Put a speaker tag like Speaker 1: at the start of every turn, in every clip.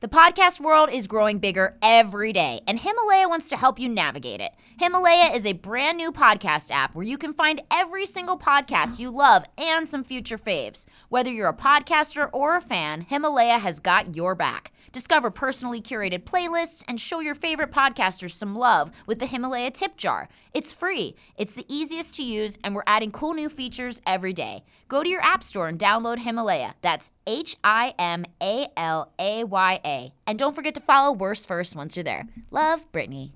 Speaker 1: The podcast world is growing bigger every day, and Himalaya wants to help you navigate it. Himalaya is a brand new podcast app where you can find every single podcast you love and some future faves. Whether you're a podcaster or a fan, Himalaya has got your back. Discover personally curated playlists and show your favorite podcasters some love with the Himalaya tip jar. It's free, it's the easiest to use, and we're adding cool new features every day. Go to your app store and download Himalaya. That's H I M A L A Y A. And don't forget to follow Worst First once you're there. Love, Brittany.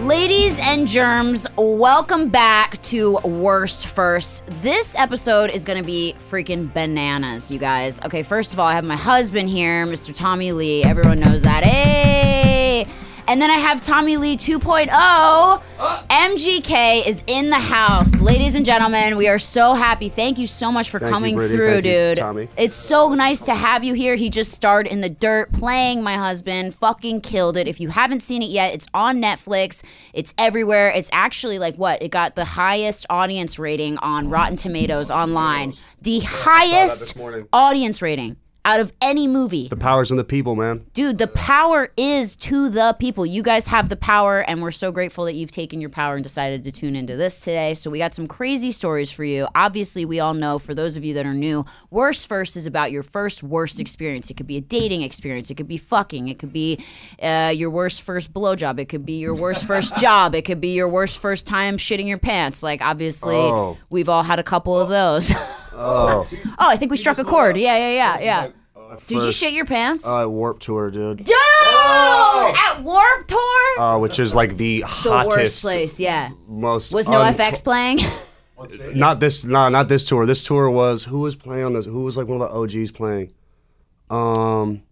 Speaker 1: Ladies and germs, welcome back to Worst First. This episode is going to be freaking bananas, you guys. Okay, first of all, I have my husband here, Mr. Tommy Lee. Everyone knows that. Hey! And then I have Tommy Lee oh. 2.0. MGK is in the house. Ladies and gentlemen, we are so happy. Thank you so much for
Speaker 2: you,
Speaker 1: coming
Speaker 2: Brittany.
Speaker 1: through,
Speaker 2: Thank you,
Speaker 1: dude.
Speaker 2: Tommy.
Speaker 1: It's so nice to have you here. He just starred in the dirt playing my husband. Fucking killed it. If you haven't seen it yet, it's on Netflix. It's everywhere. It's actually like what? It got the highest audience rating on Rotten Tomatoes online. The highest
Speaker 2: morning.
Speaker 1: audience rating out of any movie.
Speaker 2: The powers and the people, man.
Speaker 1: Dude, the power is to the people. You guys have the power, and we're so grateful that you've taken your power and decided to tune into this today. So, we got some crazy stories for you. Obviously, we all know, for those of you that are new, worst first is about your first worst experience. It could be a dating experience, it could be fucking, it could be uh, your worst first blowjob, it could be your worst first job, it could be your worst first time shitting your pants. Like, obviously,
Speaker 2: Oh.
Speaker 1: we've all had a couple of those. oh,
Speaker 2: Oh,
Speaker 1: I think we struck a chord. Yeah, yeah, yeah, yeah. Did you
Speaker 2: uh, first-
Speaker 1: shit your pants?
Speaker 2: uh, Warp Tour, dude.
Speaker 1: Dude! At Warp Tour?
Speaker 2: Uh, which is like the,
Speaker 1: the
Speaker 2: hottest,
Speaker 1: worst place, yeah.
Speaker 2: most.
Speaker 1: Was no
Speaker 2: unt-
Speaker 1: FX playing?
Speaker 2: Not this. No, not this tour. This tour was who was playing on this? Who was like one of the OGs playing? Um,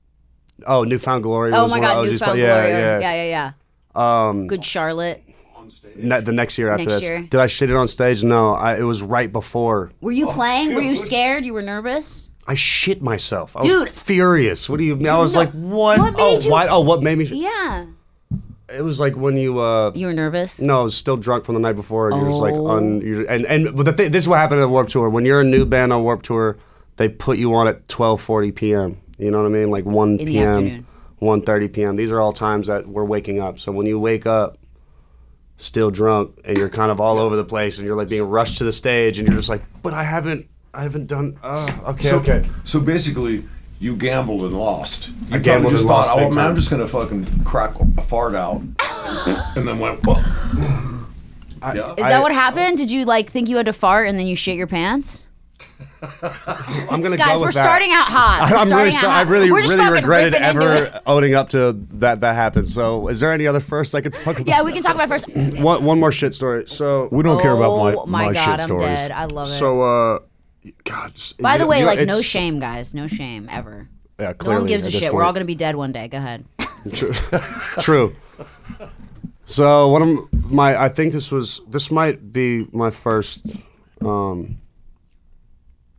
Speaker 2: oh, Newfound Glory.
Speaker 1: oh
Speaker 2: was
Speaker 1: my
Speaker 2: one of
Speaker 1: god,
Speaker 2: the OGs
Speaker 1: Newfound
Speaker 2: play-
Speaker 1: Glory. Yeah,
Speaker 2: Yeah, yeah.
Speaker 1: yeah, yeah. Um, Good Charlotte.
Speaker 2: Ne- the next year after
Speaker 1: Next
Speaker 2: this,
Speaker 1: year.
Speaker 2: did I shit it on stage? No, I, it was right before.
Speaker 1: Were you playing? Were you scared? You were nervous?
Speaker 2: I shit myself. I
Speaker 1: Dude.
Speaker 2: was furious. What do you? I was
Speaker 1: No.
Speaker 2: like, what?
Speaker 1: What
Speaker 2: oh,
Speaker 1: made you-
Speaker 2: why? Oh, what made me? Sh-
Speaker 1: Yeah.
Speaker 2: It was like when you. uh
Speaker 1: You were nervous?
Speaker 2: No, I was still drunk from the night before, and you're just like
Speaker 1: Oh.
Speaker 2: on. You're, and and but the th- this is what happened at Warp Tour. When you're a new band on Warp Tour, they put you on at 12:40 p.m. You know what I mean? Like 1
Speaker 1: the afternoon.
Speaker 2: p.m., 1:30 p.m. These are all times that we're waking up. So when you wake up, still drunk, and you're kind of all over the place, and you're like being rushed to the stage, and you're just like, but I haven't, I haven't done. Uh, okay,
Speaker 3: So,
Speaker 2: okay.
Speaker 3: So basically, you gambled and lost. You probably
Speaker 2: gambled
Speaker 3: just
Speaker 2: and
Speaker 3: thought,
Speaker 2: lost
Speaker 3: oh,
Speaker 2: big
Speaker 3: man,
Speaker 2: time."
Speaker 3: I'm just gonna fucking crack a fart out, and then went. Whoa. yeah.
Speaker 1: Is
Speaker 2: I-
Speaker 1: that what happened? Did you like think you had to fart and then you shit your pants?
Speaker 2: I'm gonna
Speaker 1: Guys,
Speaker 2: go
Speaker 1: we're
Speaker 2: with that.
Speaker 1: starting out hot. We're
Speaker 2: I'm
Speaker 1: starting
Speaker 2: really
Speaker 1: out
Speaker 2: sorry. I
Speaker 1: hot.
Speaker 2: really,
Speaker 1: We're just
Speaker 2: really
Speaker 1: fucking
Speaker 2: regretted
Speaker 1: ripping into
Speaker 2: ever
Speaker 1: it.
Speaker 2: owning up to that that happened. So, is there any other first I could talk about?
Speaker 1: Yeah, we can talk about first. We
Speaker 2: One, one more shit story. So
Speaker 4: We don't care about my,
Speaker 1: oh my,
Speaker 4: my
Speaker 1: god,
Speaker 4: shit
Speaker 1: I'm
Speaker 4: stories.
Speaker 1: dead. I love it.
Speaker 2: so uh, God. s-
Speaker 1: By the
Speaker 2: you-
Speaker 1: way,
Speaker 2: you-
Speaker 1: like no
Speaker 2: it's-
Speaker 1: shame, guys. No shame ever.
Speaker 4: Yeah,
Speaker 1: No one
Speaker 4: clearly
Speaker 1: gives a
Speaker 4: at this
Speaker 1: shit. We're all
Speaker 4: point.
Speaker 1: gonna be dead one day. Go ahead.
Speaker 2: True. So one of m- my, I think this was this might be my first. Um,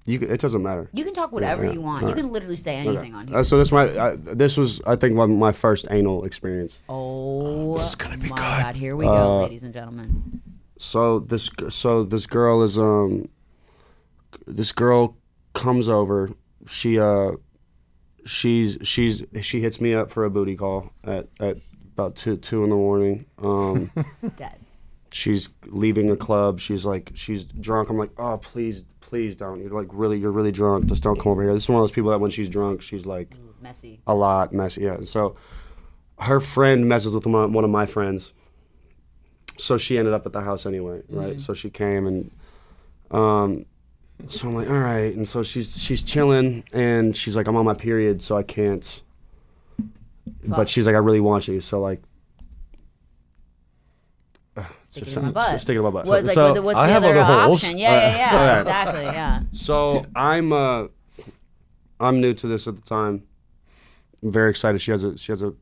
Speaker 2: you c- it doesn't matter.
Speaker 1: You can talk whatever
Speaker 2: yeah.
Speaker 1: you want. You can literally say anything on here.
Speaker 2: Uh, so this might I, this was I think one of my first anal experience.
Speaker 1: Oh, this is
Speaker 4: gonna be
Speaker 1: my
Speaker 4: good.
Speaker 1: God! Here we go, ladies and gentlemen.
Speaker 2: so this g- so this girl is um this girl comes over she uh she's she's she hits me up for a booty call at, at about two two in the morning um
Speaker 1: Dead.
Speaker 2: she's leaving a club she's like she's drunk i'm like oh please please don't you're like really you're really drunk just don't come over here this is one of those people that when she's drunk she's like
Speaker 1: Messy.
Speaker 2: a lot messy. Yeah. And so her friend messes with my, one of my friends. So she ended up at the house anyway, right?
Speaker 1: Mm-hmm.
Speaker 2: So she came and um so I'm like, all right. And so she's she's chilling and she's like, I'm on my period, so I can't. But she's like, I really want you, so like
Speaker 1: Sticking
Speaker 2: just
Speaker 1: in my
Speaker 2: sounds-
Speaker 1: butt.
Speaker 2: sticking in my butt.
Speaker 1: What, like,
Speaker 2: So-
Speaker 1: what- what's
Speaker 4: I
Speaker 1: the
Speaker 4: have
Speaker 1: other,
Speaker 4: other holes.
Speaker 1: option? Yeah, yeah, yeah. Exactly. Yeah.
Speaker 2: So I'm uh I'm new to this at the time. I'm very excited. She has a she has a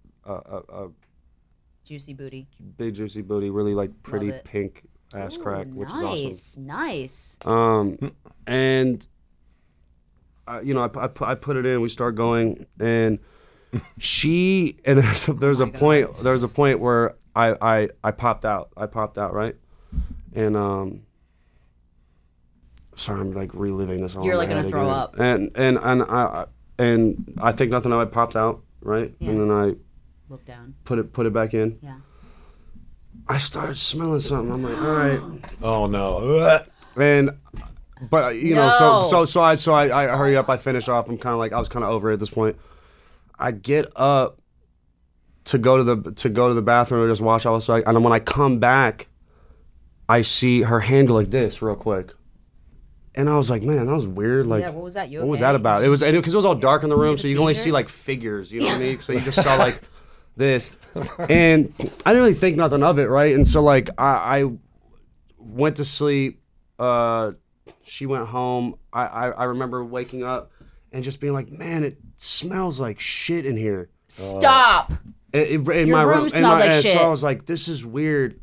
Speaker 1: Juicy booty.
Speaker 2: big juicy booty, really like pretty
Speaker 1: it.
Speaker 2: pink ass crack,
Speaker 1: Ooh,
Speaker 2: which
Speaker 1: nice,
Speaker 2: is
Speaker 1: nice.
Speaker 2: awesome. Um, and I, you know, I, pu- I, pu- I put it in. We start going, and she and there's a,
Speaker 1: Oh
Speaker 2: there's a point there's a point where I, I I popped out. I popped out right, and um, sorry, I'm like reliving this all. in
Speaker 1: You're,
Speaker 2: my
Speaker 1: like, gonna
Speaker 2: head
Speaker 1: throw
Speaker 2: again.
Speaker 1: up.
Speaker 2: And and and I I- and I think nothing of it popped out, right? And then I
Speaker 1: Look down.
Speaker 2: put it put it back in.
Speaker 1: Yeah.
Speaker 2: I started smelling something. I'm like, all right,
Speaker 3: Oh no.
Speaker 2: and. But uh, you know, so
Speaker 1: No.
Speaker 2: so so I so I, I hurry up. I finish off. I'm kind of like I was kind of over it at this point. I get up to go to the to go to the bathroom and just wash. I was like, and then when I come back, I see her hand go like this real quick, and I was like, man, that was weird. Like,
Speaker 1: Yeah, what was that? You
Speaker 2: what was
Speaker 1: okay?
Speaker 2: that about? It was because it was all dark in the room,
Speaker 1: it a
Speaker 2: so you can only
Speaker 1: seizure?
Speaker 2: see like figures. You know what I mean? So you just saw like this, and I didn't really think nothing of it, right? And so like I, I went to sleep. Uh, she went home. I, I I remember waking up and just being like, man, it smells like shit in here.
Speaker 1: Stop.
Speaker 2: It, it, in
Speaker 1: Your
Speaker 2: my
Speaker 1: room
Speaker 2: in
Speaker 1: smelled
Speaker 2: my-
Speaker 1: like
Speaker 2: and So
Speaker 1: shit.
Speaker 2: I was like, this is weird.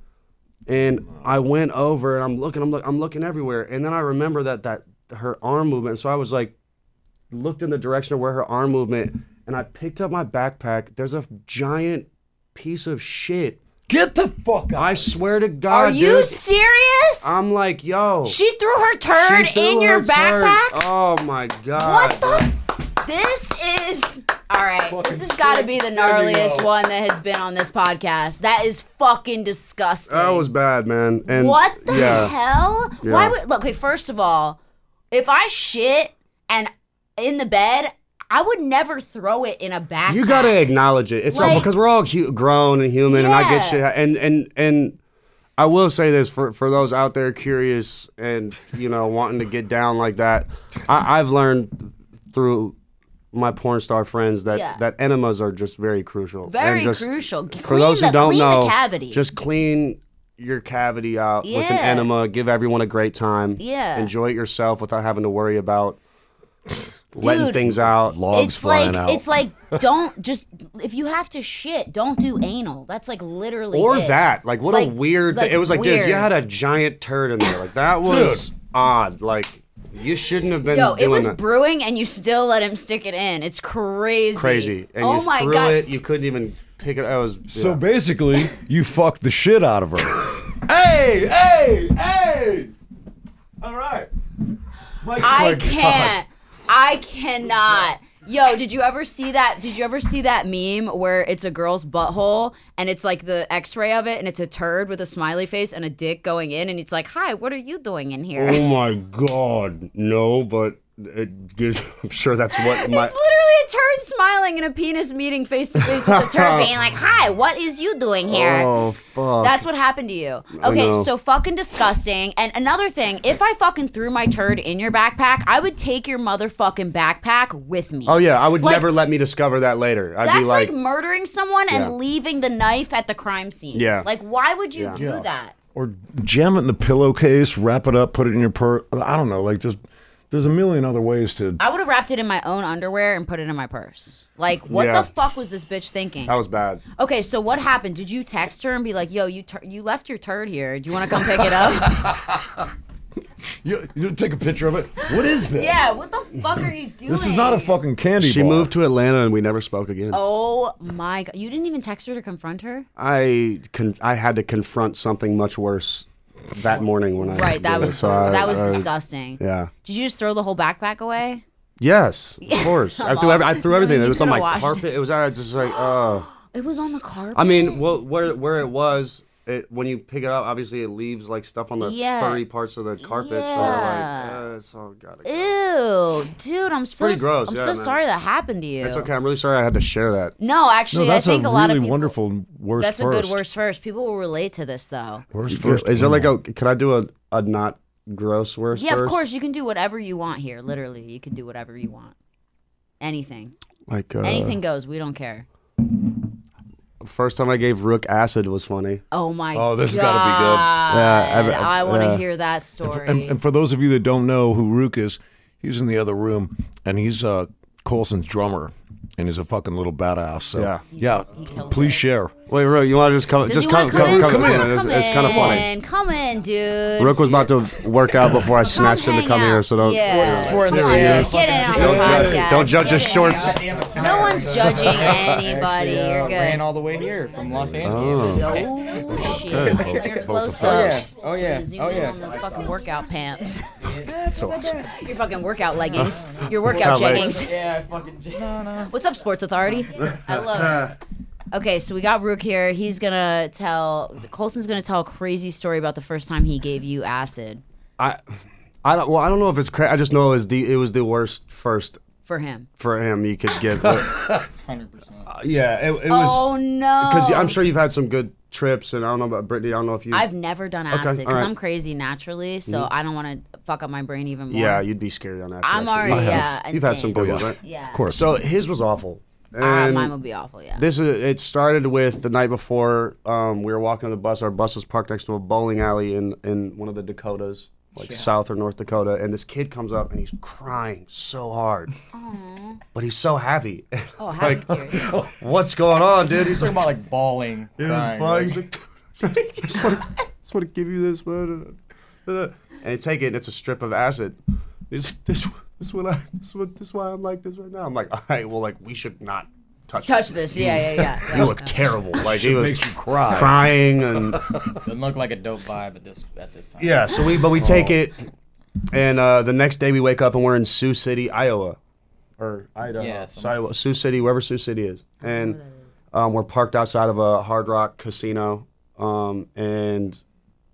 Speaker 2: And I went over and I'm looking, I'm, look, I'm looking everywhere. And then I remember that that her arm movement. So I was like, looked in the direction of where her arm movement, and I picked up my backpack. There's a giant piece of shit.
Speaker 3: Get the fuck out.
Speaker 2: I swear to God,
Speaker 1: Are you
Speaker 2: dude.
Speaker 1: serious?
Speaker 2: I'm like, yo.
Speaker 1: she threw her
Speaker 2: she
Speaker 1: turd
Speaker 2: threw
Speaker 1: in your
Speaker 2: her turd.
Speaker 1: backpack.
Speaker 2: Oh my God.
Speaker 1: What the? F- this is all right. this has got to be the gnarliest one that has been on this podcast. That is fucking disgusting.
Speaker 2: That was bad, man. And
Speaker 1: what the
Speaker 2: yeah.
Speaker 1: hell? Why
Speaker 2: Yeah.
Speaker 1: would look? Okay, first of all, if I shit and in the bed, I would never throw it in a backpack.
Speaker 2: You gotta acknowledge it. It's all-
Speaker 1: Like-
Speaker 2: because we're all hu- grown and human, and I get
Speaker 1: Yeah.
Speaker 2: shit. ha- And and and I will say this for for those out there curious and you know wanting to get down like that, I, I've learned through my porn star friends that
Speaker 1: Yeah.
Speaker 2: that enemas are just very crucial.
Speaker 1: Very
Speaker 2: And just-
Speaker 1: crucial.
Speaker 2: For
Speaker 1: Clean
Speaker 2: those
Speaker 1: the-
Speaker 2: who don't
Speaker 1: clean the
Speaker 2: know,
Speaker 1: cavity.
Speaker 2: just clean your cavity out with an
Speaker 1: Yeah.
Speaker 2: enema. Give everyone a great time.
Speaker 1: Yeah.
Speaker 2: enjoy it yourself without having to worry about. Letting
Speaker 1: Dude.
Speaker 2: things out.
Speaker 3: Logs
Speaker 1: it's
Speaker 3: flying
Speaker 1: like
Speaker 3: out.
Speaker 1: it's like don't just if you have to shit, don't do anal. That's like literally
Speaker 2: or
Speaker 1: it.
Speaker 2: that like what
Speaker 1: Like-
Speaker 2: a weird
Speaker 1: like,
Speaker 2: thi- it was like dude
Speaker 1: weird.
Speaker 2: you had a giant turd in there like that was odd like you shouldn't have been
Speaker 1: Yo,
Speaker 2: doing
Speaker 1: it was
Speaker 2: that
Speaker 1: brewing, and you still let him stick it in. It's crazy.
Speaker 2: crazy and
Speaker 1: oh
Speaker 2: you
Speaker 1: my
Speaker 2: threw
Speaker 1: god.
Speaker 2: it you couldn't even pick it i was
Speaker 3: So
Speaker 2: yeah.
Speaker 3: basically, you fucked the shit out of her. hey, hey, hey! All right.
Speaker 1: I can't. I cannot. Yo, did you ever see that? Did you ever see that meme where it's a girl's butthole and it's like the X-ray of it, and it's a turd with a smiley face and a dick going in, and it's like, "Hi, what are you doing in here?"
Speaker 2: oh my god no but it gives, i'm sure that's what my
Speaker 1: It's literally a turd smiling and a penis meeting face to face with a turd, being like, "Hi, what is you doing here?"
Speaker 2: oh fuck
Speaker 1: That's what happened to you. Okay,
Speaker 2: know.
Speaker 1: so fucking disgusting. And another thing, if I fucking threw my turd in your backpack, I would take your motherfucking backpack with me.
Speaker 2: oh yeah i would
Speaker 1: Like-
Speaker 2: never let me discover that later i'd
Speaker 1: That's
Speaker 2: be
Speaker 1: like,
Speaker 2: like,
Speaker 1: murdering someone
Speaker 2: Yeah.
Speaker 1: and leaving the knife at the crime scene.
Speaker 2: Yeah.
Speaker 1: Like, why would you do
Speaker 3: Yeah.
Speaker 1: that?
Speaker 3: Or jam it in the pillowcase, wrap it up, put it in your purse. I don't know. Like, just there's a million other ways to.
Speaker 1: I would have wrapped it in my own underwear and put it in my purse. Like, what
Speaker 2: Yeah.
Speaker 1: the fuck was this bitch thinking?
Speaker 2: that was bad
Speaker 1: Okay, so what happened? Did you text her and be like, "Yo, you tur- you left your turd here. Do you want to come pick it up?"
Speaker 3: You, you take a picture of it. What is this?
Speaker 1: yeah. What the fuck are you doing?
Speaker 3: This is not a fucking candy
Speaker 2: she
Speaker 3: bar.
Speaker 2: moved to atlanta and we never spoke again
Speaker 1: Oh my god! You didn't even text her to confront her.
Speaker 2: I con- I had to confront something much worse that morning when I
Speaker 1: Right, that
Speaker 2: did it,
Speaker 1: was
Speaker 2: so I-
Speaker 1: that was
Speaker 2: I-
Speaker 1: disgusting.
Speaker 2: yeah.
Speaker 1: Did you just throw the whole backpack away?
Speaker 2: Yes, of course. I threw every, I threw everything.
Speaker 1: You
Speaker 2: It was on
Speaker 1: could've
Speaker 2: my
Speaker 1: washed it.
Speaker 2: carpet. It was I was just like oh.
Speaker 1: It was on the carpet.
Speaker 2: I mean, well, where where it was, it, when you pick it up, obviously it leaves like stuff on the
Speaker 1: Yeah.
Speaker 2: furry parts of the carpet. So
Speaker 1: Yeah.
Speaker 2: they're like, uh, it's all gotta go.
Speaker 1: ew, dude, I'm so
Speaker 2: pretty gross,
Speaker 1: I'm
Speaker 2: yeah,
Speaker 1: so
Speaker 2: man.
Speaker 1: sorry that happened to you.
Speaker 2: It's okay. I'm really sorry I had to share that.
Speaker 1: No, actually,
Speaker 3: No, that's
Speaker 1: I think
Speaker 3: a,
Speaker 1: a, lot
Speaker 3: really
Speaker 1: of people.
Speaker 3: wonderful worst.
Speaker 1: that's a
Speaker 3: first.
Speaker 1: good worst first. People will relate to this though.
Speaker 3: Worst first.
Speaker 2: Is there like a? Can I do a a not gross worst?
Speaker 1: Yeah, of
Speaker 2: first?
Speaker 1: course, you can do whatever you want here. Literally, you can do whatever you want. Anything,
Speaker 2: Like uh,
Speaker 1: anything goes. We don't care.
Speaker 2: First time I gave Rook acid was funny.
Speaker 1: Oh my.
Speaker 3: Oh, this has
Speaker 1: God.
Speaker 3: gotta be good.
Speaker 2: Yeah, I've- I've-
Speaker 1: I want to
Speaker 2: yeah.
Speaker 1: hear that story.
Speaker 3: And, and for those of you that don't know who Rook is, he's in the other room, and he's uh, Colson's drummer, and he's a fucking little badass. So
Speaker 2: Yeah.
Speaker 3: yeah.
Speaker 1: He kills
Speaker 3: Please share.
Speaker 2: Wait, Rook, you want to just come?
Speaker 1: Does
Speaker 2: just
Speaker 1: he
Speaker 2: come,
Speaker 1: wanna
Speaker 2: come,
Speaker 1: come,
Speaker 2: come,
Speaker 1: in?
Speaker 2: in. It's,
Speaker 1: Come
Speaker 2: it's kind of funny.
Speaker 1: in. Come in, dude.
Speaker 2: Rook was about to work out before I snatched him to
Speaker 1: hang
Speaker 2: come
Speaker 1: out.
Speaker 2: here, so don't.
Speaker 1: Yeah.
Speaker 5: Sport in
Speaker 1: Come
Speaker 5: their
Speaker 1: on, dude.
Speaker 5: ears.
Speaker 1: Get in on
Speaker 3: Don't
Speaker 1: the
Speaker 3: judge-
Speaker 1: podcast.
Speaker 3: don't judge
Speaker 1: Get
Speaker 3: us
Speaker 1: in
Speaker 3: shorts.
Speaker 1: here. No one's judging anybody.
Speaker 5: Actually,
Speaker 1: You're
Speaker 5: uh, Ran
Speaker 1: good.
Speaker 5: all the way here from
Speaker 2: Oh.
Speaker 5: Los Angeles.
Speaker 1: So shit.
Speaker 3: Good.
Speaker 1: Get your
Speaker 3: Both
Speaker 1: close
Speaker 3: the
Speaker 5: Oh
Speaker 1: up.
Speaker 5: yeah. Oh yeah.
Speaker 1: Zoom
Speaker 5: Oh
Speaker 1: in
Speaker 5: yeah.
Speaker 1: on those fucking workout pants.
Speaker 3: So awesome.
Speaker 6: Your fucking workout leggings. Your workout
Speaker 2: Workout leggings.
Speaker 6: jeggings.
Speaker 5: Yeah, I fucking. No, no.
Speaker 6: What's up, Sports Authority? I love it. Okay, so we got Rook here. He's gonna tell Colson's gonna tell a crazy story about the first time he gave you acid
Speaker 2: I, I don't. Well, I don't know if it's. Cra- I just know it was the it was the worst first
Speaker 6: for him.
Speaker 2: for him you could get. But,
Speaker 5: Hundred percent.
Speaker 2: yeah, it, it
Speaker 6: oh
Speaker 2: was
Speaker 6: no!
Speaker 2: because I'm sure you've had some good trips, and I don't know about Brittany. I don't know if you.
Speaker 6: I've never done acid because
Speaker 2: all right. Mm-hmm.
Speaker 6: I'm crazy naturally, so I don't want to fuck up my brain even more.
Speaker 2: yeah, you'd be scary on acid.
Speaker 6: I'm
Speaker 2: actually.
Speaker 6: already,
Speaker 2: You have.
Speaker 6: yeah,
Speaker 2: You've had some
Speaker 6: insane.
Speaker 2: good
Speaker 6: Oh,
Speaker 2: ones,
Speaker 3: yeah.
Speaker 2: right?
Speaker 6: yeah.
Speaker 3: Of course.
Speaker 2: So his was awful.
Speaker 6: Ah,
Speaker 2: And
Speaker 6: mine would be awful. Yeah.
Speaker 2: This is it started with the night before um, we were walking on the bus. Our bus was parked next to a bowling alley in, in one of the Dakotas, like South or North Dakota. And this kid comes up and he's crying so hard, but he's so happy.
Speaker 6: oh, happy tears.
Speaker 2: What's going on, dude? He's
Speaker 5: Talking
Speaker 2: like,
Speaker 5: about like bawling.
Speaker 2: he was
Speaker 5: crying,
Speaker 2: bawling.
Speaker 5: like-
Speaker 2: He's like, I just want to, just want to give you this, man. And you take it, and it's a strip of acid. This this this what I this what this why I'm like this right now. I'm like, all right, well, like we should not touch
Speaker 6: Touch this. Yeah, yeah, yeah. yeah.
Speaker 2: You look terrible. Like he was
Speaker 3: makes you cry.
Speaker 2: crying and
Speaker 5: Doesn't look like a dope vibe at this at this time.
Speaker 2: Yeah, so we but we take it, and uh, the next day we wake up and we're in Sioux City, Iowa, or Idaho,
Speaker 5: Yeah, some-
Speaker 2: Iowa, Sioux City, wherever Sioux City is, and um, we're parked outside of a Hard Rock Casino, um, and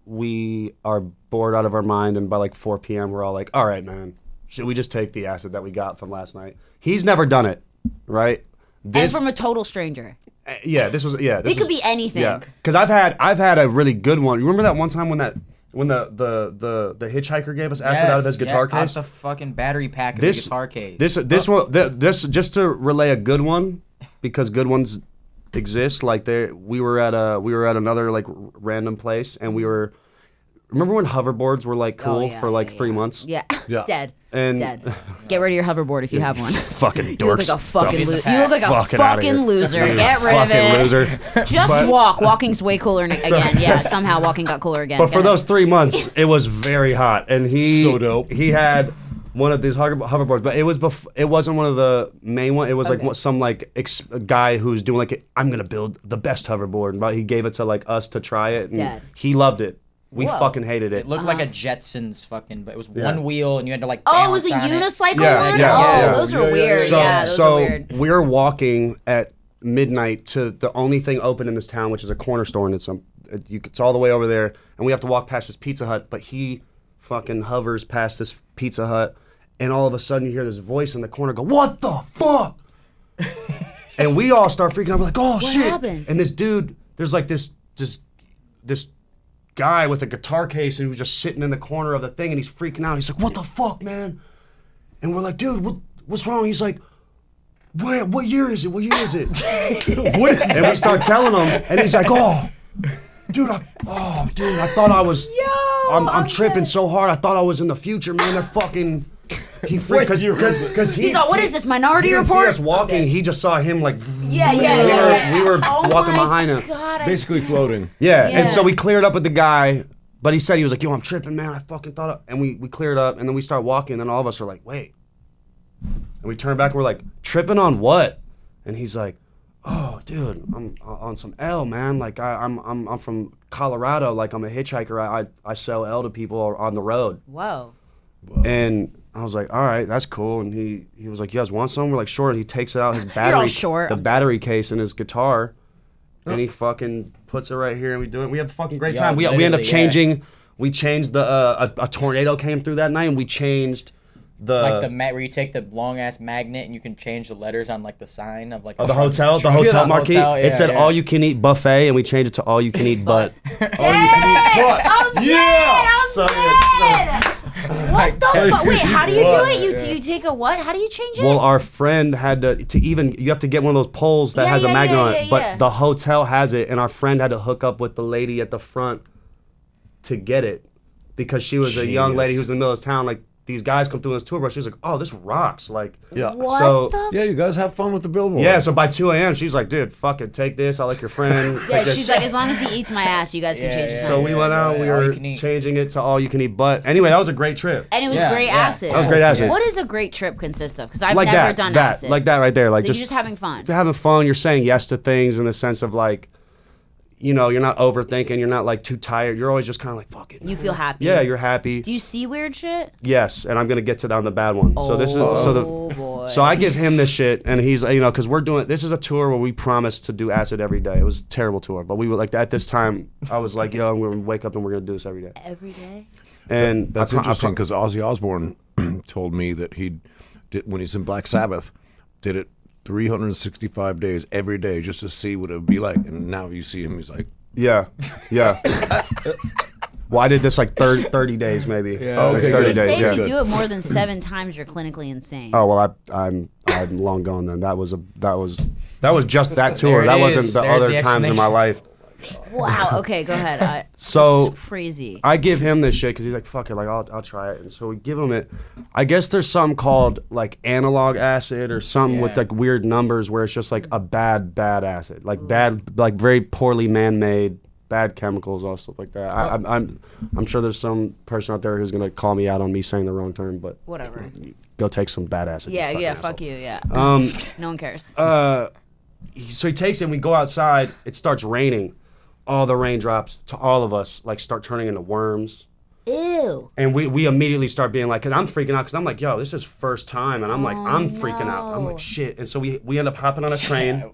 Speaker 2: we are bored out of our mind, and by like 4 p.m. we're all like, all right, man, should we just take the acid that we got from last night? He's never done it, right?
Speaker 6: and
Speaker 2: This,
Speaker 6: from a total stranger.
Speaker 2: uh, yeah, this was yeah. This
Speaker 6: It could
Speaker 2: was-
Speaker 6: be anything.
Speaker 2: yeah, because I've had I've had a really good one. You remember that one time when that when the the the, the hitchhiker gave us acid out of his guitar
Speaker 5: yeah,
Speaker 2: case?
Speaker 5: That's a fucking battery pack of the
Speaker 2: This
Speaker 5: guitar case.
Speaker 2: this this one th- this just to relay a good one because good ones exist. Like there, we were at a we were at another like r- random place and we were. Remember when hoverboards were like cool
Speaker 6: Oh, yeah,
Speaker 2: for like
Speaker 6: yeah,
Speaker 2: three
Speaker 6: yeah.
Speaker 2: months?
Speaker 6: Yeah.
Speaker 3: Yeah.
Speaker 6: Dead.
Speaker 2: And-
Speaker 6: Dead. Get rid of your hoverboard if you have one.
Speaker 2: Fucking dorks.
Speaker 6: You look like a fucking loser. You look like a
Speaker 2: Fucking
Speaker 6: fucking,
Speaker 2: outta here.
Speaker 6: loser. Get rid of
Speaker 2: Fucking
Speaker 6: it.
Speaker 2: loser.
Speaker 6: Just
Speaker 2: But-
Speaker 6: walk. Walking's way cooler n- again. Yeah, somehow walking got cooler again.
Speaker 2: But for
Speaker 6: Get it.
Speaker 2: those three months, it was very hot, and he
Speaker 3: So dope.
Speaker 2: He had one of these hover- hoverboards, but it was bef- It wasn't one of the main one. It was like some like ex- guy who's doing like I'm gonna build the best hoverboard, but he gave it to like us to try it, and
Speaker 6: Dad.
Speaker 2: he loved it. We
Speaker 6: Whoa.
Speaker 2: fucking hated it.
Speaker 5: It looked like a Jetsons fucking, but it was one wheel and you had to like.
Speaker 6: Ah. Oh, it was a
Speaker 5: balance on
Speaker 6: unicycle
Speaker 2: Yeah,
Speaker 6: one?
Speaker 2: yeah,
Speaker 6: oh,
Speaker 2: yeah.
Speaker 6: those are
Speaker 3: Yeah, yeah,
Speaker 6: weird.
Speaker 2: so
Speaker 6: yeah, those
Speaker 2: so
Speaker 6: are weird.
Speaker 2: we're walking at midnight to the only thing open in this town, which is a corner store, and it's um, it- you, it's all the way over there, and we have to walk past this Pizza Hut, but he fucking hovers past this Pizza Hut, and all of a sudden you hear this voice in the corner go, "What the fuck?" and we all start freaking out. We're like, "Oh shit!"
Speaker 6: happened?
Speaker 2: And this dude, there's like this this this guy with a guitar case and he was just sitting in the corner of the thing and he's freaking out. He's like, "What the fuck, man?" And we're like, "Dude, what what's wrong?" He's like, "What what year is it? What year is it?" what is and we start telling him, and he's like, "Oh, dude, I, oh, dude, I thought I was, I'm, I'm, tripping so hard. I thought I was in the future, man. They're fucking." He freaked because because he,
Speaker 6: He's all, what is this, Minority
Speaker 2: he didn't see
Speaker 6: Report?
Speaker 2: us walking. He just saw him like.
Speaker 6: Yeah, yeah,
Speaker 2: We
Speaker 6: yeah,
Speaker 2: were,
Speaker 6: yeah.
Speaker 2: we were
Speaker 6: Oh
Speaker 2: walking
Speaker 6: my
Speaker 2: behind him.
Speaker 6: God, I
Speaker 3: Basically floating.
Speaker 2: Yeah.
Speaker 6: Yeah.
Speaker 2: And so we cleared up with the guy, but he said he was like, "Yo, I'm tripping, man. I fucking thought." I-" And we we cleared up, and then we start walking, and all of us are like, "Wait." And we turn back, and we're like, "Tripping on what?" And he's like, "Oh, dude, I'm o- on some L, man. Like I, I'm I'm I'm from Colorado. Like I'm a hitchhiker. I I, I sell L to people on the road."
Speaker 6: Whoa.
Speaker 2: And I was like, all right, that's cool. And he, he was like, you guys want some? We're like, sure. And he takes out his battery,
Speaker 6: short.
Speaker 2: the battery case and his guitar, and he fucking puts it right here, and we do it. We have a fucking great
Speaker 5: Oh. Yeah,
Speaker 2: time. We, we end up
Speaker 5: literally, yeah.
Speaker 2: changing. We changed the uh, a, a tornado came through that night, and we changed the
Speaker 5: Like the mat where you take the long ass magnet and you can change the letters on like the sign of like
Speaker 2: of Oh, the hotel, the
Speaker 5: street.
Speaker 2: hotel marquee.
Speaker 5: Hotel, yeah,
Speaker 2: it said
Speaker 5: yeah.
Speaker 2: all you can eat buffet, and we changed it to all you can eat but.
Speaker 3: Yeah.
Speaker 2: So,
Speaker 6: What the fuck? Wait, how do you do
Speaker 3: What?
Speaker 6: it? You, do you take a what? How do you change it?
Speaker 2: Well, our friend had to to even you have to get one of those poles that
Speaker 6: Yeah,
Speaker 2: has a
Speaker 6: yeah,
Speaker 2: magnet
Speaker 6: yeah,
Speaker 2: on it,
Speaker 6: yeah,
Speaker 2: but
Speaker 6: yeah.
Speaker 2: the hotel has it, and our friend had to hook up with the lady at the front to get it because she was a young lady who was in the middle of town, like these guys come through on this tour bus. She's like, oh, this rocks. Like,
Speaker 3: Yeah.
Speaker 1: What
Speaker 2: So-
Speaker 1: the?
Speaker 3: Yeah, you guys have fun with the billboard.
Speaker 2: yeah. So by 2 a.m., she's like, dude, fucking take this. I like your friend.
Speaker 1: Yeah,
Speaker 2: Take this.
Speaker 1: she's like, as long as he eats my ass, you guys can
Speaker 5: Yeah,
Speaker 1: change
Speaker 5: yeah,
Speaker 1: your
Speaker 5: yeah.
Speaker 2: so we went out. We
Speaker 5: All you
Speaker 2: were
Speaker 5: can eat.
Speaker 2: changing it to all you can eat. But anyway, that was a great trip.
Speaker 1: And it was
Speaker 5: Yeah,
Speaker 1: great
Speaker 5: yeah.
Speaker 1: acid.
Speaker 5: That
Speaker 2: was great acid.
Speaker 1: What does a great trip consist of? Because I've
Speaker 2: like
Speaker 1: never
Speaker 2: that,
Speaker 1: done
Speaker 2: that,
Speaker 1: acid.
Speaker 2: like that right there. Like
Speaker 1: That
Speaker 2: just,
Speaker 1: you're just having fun.
Speaker 2: you're having fun. You're saying yes to things in the sense of like, you know, you're not overthinking. You're not like too tired. You're always just kind of like, fuck it.
Speaker 1: You feel happy.
Speaker 2: yeah, you're happy.
Speaker 1: Do you see weird shit?
Speaker 2: Yes, and I'm gonna get to that on the bad one. So this is so
Speaker 1: Oh,
Speaker 2: the
Speaker 1: boy.
Speaker 2: so I give him this shit, and he's you know because we're doing this is a tour where we promised to do acid every day. It was a terrible tour, but we were like at this time I was like yo, I'm gonna wake up and we're gonna do this every day.
Speaker 1: Every day.
Speaker 2: And I
Speaker 3: That's
Speaker 2: pro- I pro-
Speaker 3: interesting because Ozzy Osbourne told me that he did when he's in Black Sabbath, did it 365 days every day just to see what it would be like. And now you see him, he's like,
Speaker 2: yeah, yeah. well, I did this like 30, 30 days maybe. Yeah,
Speaker 3: Okay,
Speaker 1: They
Speaker 3: good.
Speaker 1: say
Speaker 3: days,
Speaker 1: if
Speaker 3: yeah.
Speaker 1: you do it more than seven times, you're clinically insane.
Speaker 2: Oh well, I, I'm I'm long gone then. That was a that was that was just that tour.
Speaker 5: it
Speaker 2: That
Speaker 5: is.
Speaker 2: wasn't the
Speaker 5: There's
Speaker 2: other
Speaker 5: the
Speaker 2: times in my
Speaker 5: explanation.
Speaker 2: life.
Speaker 1: Wow. Okay, go ahead. I,
Speaker 2: So-
Speaker 1: it's crazy.
Speaker 2: I give him this shit because he's like, fuck it, like I'll, I'll try it. And so we give him it. I guess there's something called like analog acid or something with
Speaker 5: Yeah.
Speaker 2: like weird numbers where it's just like a bad, bad acid,
Speaker 5: Mm.
Speaker 2: like bad, like very poorly man-made, bad chemicals, all stuff like that.
Speaker 5: Oh.
Speaker 2: I, I'm, I'm, I'm sure there's some person out there who's gonna call me out on me saying the wrong term, but
Speaker 1: Whatever.
Speaker 2: go take some bad acid. you
Speaker 1: Yeah,
Speaker 2: fucking
Speaker 1: yeah.
Speaker 2: asshole. Um, uh,
Speaker 1: Fuck you. Yeah. no one cares.
Speaker 2: so he takes it and we go outside it starts raining all the raindrops to all of us like start turning into worms
Speaker 1: Ew.
Speaker 2: and we, we immediately start being like, and I'm freaking out because I'm like, yo, this is first time, and I'm like,
Speaker 1: Oh,
Speaker 2: I'm freaking out. I'm like, shit. And so we we end up hopping on a train
Speaker 5: Two,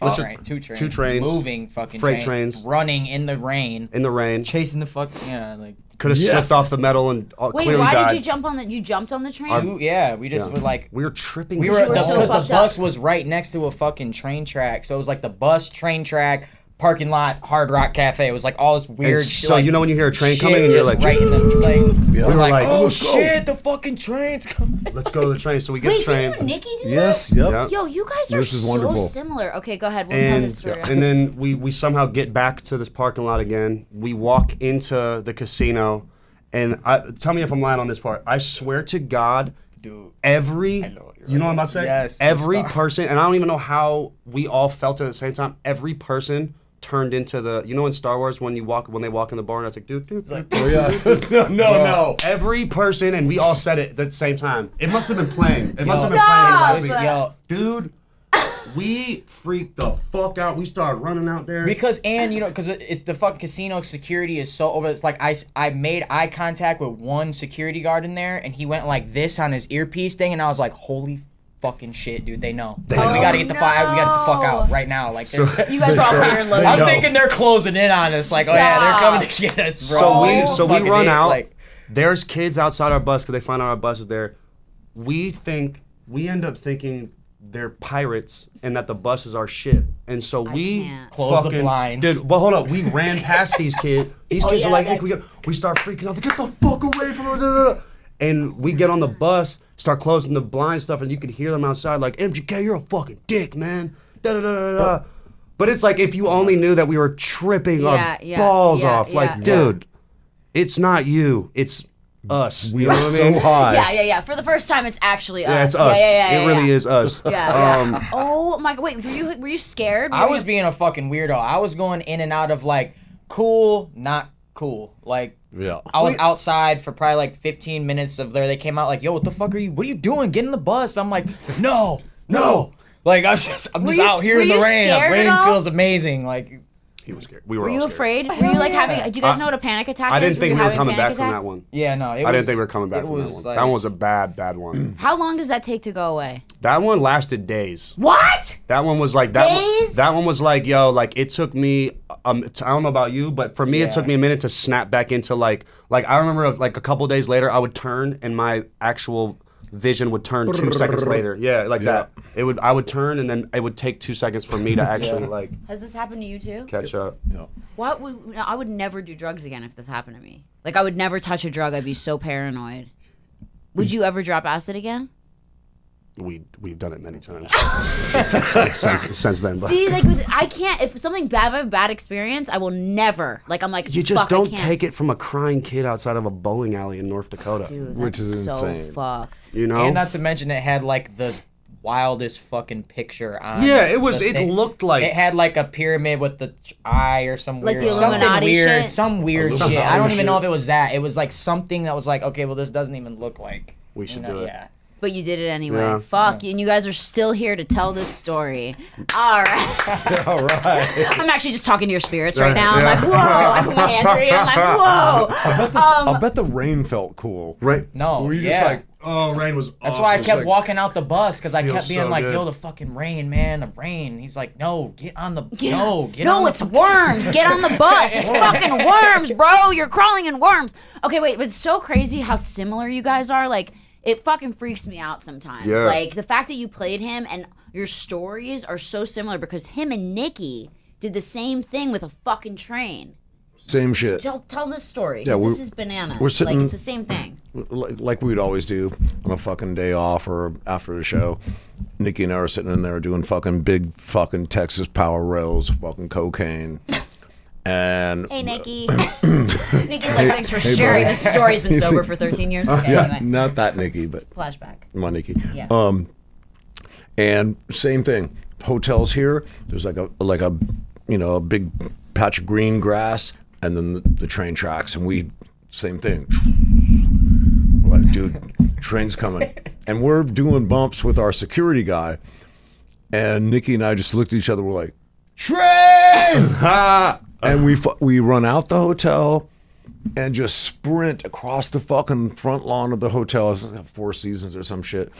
Speaker 2: just-
Speaker 5: train- two trains.
Speaker 2: two trains,
Speaker 5: Moving fucking
Speaker 2: freight
Speaker 5: trains,
Speaker 2: trains.
Speaker 5: Running in the rain.
Speaker 2: in the rain.
Speaker 5: chasing the fuck. Yeah, like.
Speaker 2: Could have
Speaker 3: Yes.
Speaker 2: slipped off the metal and uh,
Speaker 1: Wait,
Speaker 2: clearly
Speaker 1: why
Speaker 2: died.
Speaker 1: did you jump on the? You jumped on the train?
Speaker 5: Two, yeah, we just
Speaker 2: Yeah.
Speaker 5: were like.
Speaker 2: we were tripping.
Speaker 5: We were
Speaker 1: were so
Speaker 5: because
Speaker 1: fucked
Speaker 5: the bus
Speaker 1: up.
Speaker 5: was right next to a fucking train track, so it was like the bus, train track, parking lot, Hard Rock Cafe. It was like all this weird.
Speaker 2: And
Speaker 5: shit,
Speaker 2: so
Speaker 5: like,
Speaker 2: you know when you hear a train
Speaker 5: shit
Speaker 2: coming and you're
Speaker 5: just
Speaker 2: like,
Speaker 5: right in the like,
Speaker 3: Yeah.
Speaker 5: we're
Speaker 3: We were
Speaker 5: like,
Speaker 2: like,
Speaker 5: oh
Speaker 3: let's go."
Speaker 5: shit, the fucking train's coming.
Speaker 2: let's go to the train. So we get
Speaker 1: Wait,
Speaker 2: the train.
Speaker 1: did you, Nikki, do
Speaker 3: yes,
Speaker 1: that?
Speaker 3: yep.
Speaker 2: Yeah.
Speaker 1: Yo, you guys are
Speaker 3: This is
Speaker 1: so
Speaker 3: wonderful.
Speaker 1: similar. Okay, go ahead. We'll tell the
Speaker 2: and
Speaker 1: story.
Speaker 2: and then we we somehow get back to this parking lot again. We walk into the casino, and I, tell me if I'm lying on this part. I swear to God,
Speaker 5: Dude.
Speaker 2: every
Speaker 5: know what you're
Speaker 2: you know what I'm
Speaker 5: about
Speaker 2: about to say.
Speaker 5: to Yes,
Speaker 2: every
Speaker 5: let's start.
Speaker 2: person, and I don't even know how we all felt at the same time. Every person turned into the you know in Star Wars when you walk when they walk in the bar and it's like dude dude.
Speaker 3: Oh, yeah. no, no, no.
Speaker 2: Every person and we all said it at the same time. It must have been playing. It must have been playing
Speaker 1: Stop.
Speaker 2: last week.
Speaker 5: Yo,
Speaker 2: Dude, we freaked the fuck out. We started running out there.
Speaker 5: Because and you know, because it, it, the fucking casino security is so over. It's like I s- I made eye contact with one security guard in there, and he went like this on his earpiece thing, and I was like, holy fucking shit, dude, they know. Like, we
Speaker 1: know.
Speaker 5: gotta get the fuck out. We gotta get the fuck out right now. Like they're-
Speaker 1: you guys are all figured and loaded.
Speaker 5: I'm
Speaker 2: know.
Speaker 5: thinking they're closing in on us. Like oh yeah, they're
Speaker 1: Stop.
Speaker 5: coming to get us, bro.
Speaker 2: So we
Speaker 5: This
Speaker 2: so we
Speaker 5: fucking
Speaker 2: run
Speaker 5: it,
Speaker 2: out.
Speaker 5: Like,
Speaker 2: There's kids outside our bus because they find out our bus is there. We think we end up thinking they're pirates and that the bus is our ship. And so we
Speaker 1: can't.
Speaker 5: Close the
Speaker 2: fucking-
Speaker 5: blinds.
Speaker 2: Dude, but hold up. We ran past these kids. These kids
Speaker 5: Oh, yeah,
Speaker 2: are like, hey, can we, get-" we start freaking out. Get the fuck away from us. And we get on the bus, start closing the blind stuff, and you can hear them outside like, MGK, you're a fucking dick, man. Da da da da da. But it's like if you only knew that we were tripping
Speaker 1: Yeah,
Speaker 2: our
Speaker 1: yeah,
Speaker 2: balls
Speaker 1: yeah,
Speaker 2: off.
Speaker 1: yeah.
Speaker 2: Like, dude, it's not you. It's us. We you know what I mean?
Speaker 3: So high.
Speaker 1: Yeah, yeah, yeah. For the first time, it's actually us.
Speaker 2: Yeah, it's us.
Speaker 1: Yeah, yeah, yeah,
Speaker 2: it really
Speaker 1: yeah.
Speaker 2: is Um, us.
Speaker 1: Yeah. yeah. oh my god! Wait, were you were you scared? Were
Speaker 5: I was
Speaker 1: you-
Speaker 5: being a fucking weirdo. I was going in and out of like cool, not cool. Like
Speaker 3: Yeah.
Speaker 5: I was outside for probably like 15 minutes of there. They came out like, "Yo, what the fuck are you? What are you doing? Get in the bus." I'm like, "No, no." Like I'm just, I'm just
Speaker 1: you-
Speaker 5: out here
Speaker 1: were
Speaker 5: in the
Speaker 1: you
Speaker 5: rain.
Speaker 1: scared at
Speaker 5: rain
Speaker 1: all?
Speaker 5: feels amazing. Like
Speaker 2: He was scared. We were,
Speaker 1: were
Speaker 2: all
Speaker 1: you
Speaker 2: scared.
Speaker 1: afraid? Were you like having? Do you guys know what a panic attack
Speaker 2: I
Speaker 1: is?
Speaker 2: didn't think
Speaker 1: you
Speaker 2: we were
Speaker 1: having a
Speaker 2: coming back
Speaker 1: panic
Speaker 2: from
Speaker 1: attack?
Speaker 2: that one.
Speaker 5: yeah, no.
Speaker 2: I
Speaker 5: It was-
Speaker 2: didn't think we were coming back
Speaker 5: it
Speaker 2: from that
Speaker 5: was
Speaker 2: one.
Speaker 5: like-
Speaker 2: that one was a bad, bad one.
Speaker 1: How long does that take to go away?
Speaker 2: that one lasted days.
Speaker 1: What?
Speaker 2: That one was like that. One,
Speaker 1: Days?
Speaker 2: that one was like, yo, like it took me. Um, t- I don't know about you, but for me, it took me a minute to snap back into like, like I remember like a couple days later, I would turn and my actual vision would turn two seconds later. Yeah, like that. It would. I would turn and then it would take two seconds for me to actually like
Speaker 1: Has this happened to you too?
Speaker 2: catch up.
Speaker 3: Yeah.
Speaker 1: Why would I would never do drugs again if this happened to me? Like I would never touch a drug. I'd be so paranoid. Would you ever drop acid again?
Speaker 2: we we've done it many times since, since then. But
Speaker 1: See, like with, I can't. If something bad, if I have a bad experience, I will never. Like I'm like
Speaker 2: you just
Speaker 1: fuck, I
Speaker 2: don't
Speaker 1: can't.
Speaker 2: take it from a crying kid outside of a bowling alley in North Dakota.
Speaker 1: Dude, that's
Speaker 3: Which is
Speaker 1: so
Speaker 3: insane.
Speaker 1: fucked.
Speaker 2: You know,
Speaker 5: And not to mention, it had like the wildest fucking picture on.
Speaker 2: Yeah, it was-
Speaker 5: the
Speaker 2: it
Speaker 5: thing.
Speaker 2: looked like-
Speaker 5: it had like a pyramid with the ch- eye or some
Speaker 1: Like
Speaker 5: weird,
Speaker 1: the
Speaker 5: something
Speaker 1: Illuminati
Speaker 5: weird,
Speaker 1: shit?
Speaker 5: some weird
Speaker 2: Illuminati
Speaker 5: shit. I don't even
Speaker 2: shit.
Speaker 5: know if it was that. It was like something that was like, okay, well, this doesn't even look like.
Speaker 2: We
Speaker 5: you
Speaker 2: should
Speaker 5: know,
Speaker 2: do it.
Speaker 5: Yeah.
Speaker 1: But you did it anyway.
Speaker 2: Yeah.
Speaker 1: Fuck you. And you guys are still here to tell this story. All right.
Speaker 2: all right.
Speaker 1: I'm actually just talking to your spirits right
Speaker 2: Yeah,
Speaker 1: now. I'm
Speaker 2: yeah.
Speaker 1: like, whoa. I put my hand through here. I'm like, whoa. Um,
Speaker 3: I'll bet the rain felt cool.
Speaker 2: Right.
Speaker 5: No.
Speaker 3: Were you
Speaker 5: yeah.
Speaker 3: just like, oh, rain was
Speaker 5: That's why I kept walking out the bus because I
Speaker 3: feels
Speaker 5: kept being
Speaker 3: so
Speaker 5: like,
Speaker 3: good.
Speaker 5: "Yo, the fucking rain, man, the rain." He's like, "No, get on the no, get on
Speaker 1: No,
Speaker 5: the
Speaker 1: it's worms. Get on the bus. It's fucking worms, bro. You're crawling in worms. Okay, wait, but it's so crazy how similar you guys are. Like, it fucking freaks me out sometimes.
Speaker 2: Yeah.
Speaker 1: Like, the fact that you played him and your stories are so similar because him and Nikki did the same thing with a fucking train.
Speaker 3: Same shit.
Speaker 1: Tell, tell this story.
Speaker 3: Yeah,
Speaker 1: 'cause
Speaker 3: we're-
Speaker 1: this is banana.
Speaker 3: we're sitting-
Speaker 1: like, it's the same thing.
Speaker 3: like, like we'd always do on a fucking day off or after a show. Nikki and I were sitting in there doing fucking big fucking Texas power rails, fucking cocaine. And
Speaker 1: Hey, Nikki. Nikki's like, thanks for sharing
Speaker 3: bro."
Speaker 1: this story. He's been sober for 13 years. Okay,
Speaker 3: yeah,
Speaker 1: anyway.
Speaker 3: not that Nikki, but
Speaker 1: Flashback.
Speaker 3: my Nikki.
Speaker 1: Yeah.
Speaker 3: Um, and same thing. Hotels here. There's like a like a you know a big patch of green grass, and then the, the train tracks, and we same thing. We're like, dude, train's coming, and we're doing bumps with our security guy, and Nikki and I just looked at each other. We're like, train, Ha! and we fu- we run out the hotel and just sprint across the fucking front lawn of the hotel. It's like Four Seasons or some shit.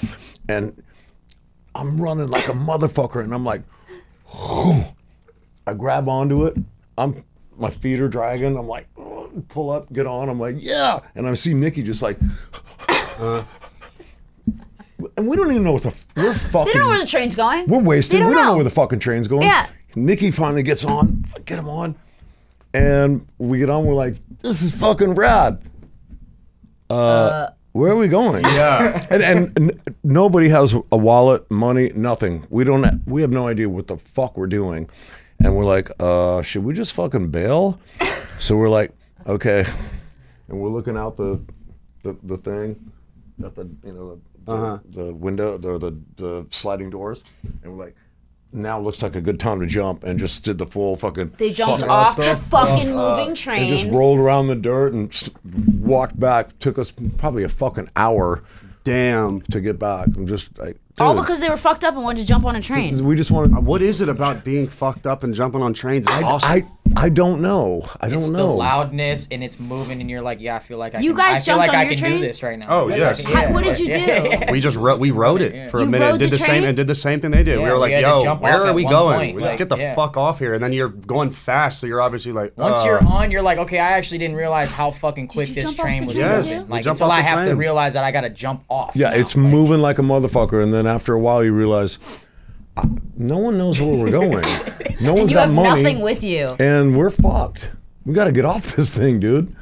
Speaker 3: And I'm running like a motherfucker, and I'm like, I grab onto it. I'm my feet are dragging. I'm like, pull up, get on. I'm like, yeah. And I see Nikki just like, and we don't even know what the f- we're fucking.
Speaker 1: They don't know where the train's going.
Speaker 3: We're wasted.
Speaker 1: They don't
Speaker 3: we don't know.
Speaker 1: know.
Speaker 3: where the fucking train's going.
Speaker 1: Yeah.
Speaker 3: Nikki finally gets on. F- Get him on. And we get on. We're like, this is fucking rad. Uh, where are we going? Yeah. and, and n- nobody has a wallet, money, nothing. We don't. We have no idea what the fuck we're doing. And we're like, uh, should we just fucking bail? so we're like, okay. And we're looking out the the, the thing at the you know the, the, the window the, the the sliding doors and we're like now looks like a good time to jump and just did the full fucking
Speaker 1: They jumped
Speaker 3: fuck
Speaker 1: off
Speaker 3: up
Speaker 1: the fucking moving train.
Speaker 3: and just rolled around the dirt and s- walked back took us probably a fucking hour
Speaker 2: Damn.
Speaker 3: to get back i'm just like
Speaker 1: All
Speaker 3: dude,
Speaker 1: because they were fucked up and wanted to jump on a train.
Speaker 3: we just wanted
Speaker 2: Uh, What is it about being fucked up and jumping on trains? It's awesome.
Speaker 3: I, I don't know i
Speaker 5: It's
Speaker 3: don't
Speaker 5: the
Speaker 3: know
Speaker 5: loudness and it's moving, and you're like, "Yeah, I feel like I
Speaker 1: You
Speaker 5: can,
Speaker 1: guys
Speaker 5: I feel
Speaker 1: jumped
Speaker 5: like
Speaker 1: on
Speaker 5: I
Speaker 1: your
Speaker 5: can
Speaker 1: train?
Speaker 5: do this right now."
Speaker 2: Oh,
Speaker 5: I feel
Speaker 2: yes.
Speaker 5: like I
Speaker 1: How-
Speaker 5: can-
Speaker 1: what did you do?
Speaker 5: yeah.
Speaker 2: we just wrote, we wrote it for a
Speaker 1: You
Speaker 2: minute
Speaker 1: rode
Speaker 2: and did
Speaker 1: the
Speaker 2: the same
Speaker 1: train?
Speaker 2: and did the same thing they did. we
Speaker 5: Yeah,
Speaker 2: were
Speaker 5: we
Speaker 2: like,
Speaker 5: had to
Speaker 2: yo,
Speaker 5: jump
Speaker 2: where
Speaker 5: off
Speaker 2: are
Speaker 5: at
Speaker 2: we
Speaker 5: one
Speaker 2: going?
Speaker 5: point,
Speaker 2: Let's
Speaker 5: like,
Speaker 2: get the
Speaker 5: yeah.
Speaker 2: fuck off here. And then you're going fast, so you're obviously like,
Speaker 5: Once
Speaker 2: uh,
Speaker 5: you're on, you're like, okay, I actually didn't realize how fucking quick
Speaker 1: you
Speaker 5: this
Speaker 1: jump off
Speaker 5: train
Speaker 1: the
Speaker 5: was
Speaker 1: train
Speaker 2: Yes,
Speaker 5: moving.
Speaker 2: too?
Speaker 5: Like
Speaker 2: jump
Speaker 5: until
Speaker 2: off
Speaker 5: I
Speaker 2: the
Speaker 5: have to
Speaker 2: train.
Speaker 5: realize that I gotta jump off.
Speaker 3: yeah
Speaker 5: now.
Speaker 3: it's moving like a motherfucker and then after a while you realize I- no one knows where we're going no one's
Speaker 1: you
Speaker 3: got
Speaker 1: have
Speaker 3: money
Speaker 1: nothing with you.
Speaker 3: and we're fucked. We got to get off this thing, dude.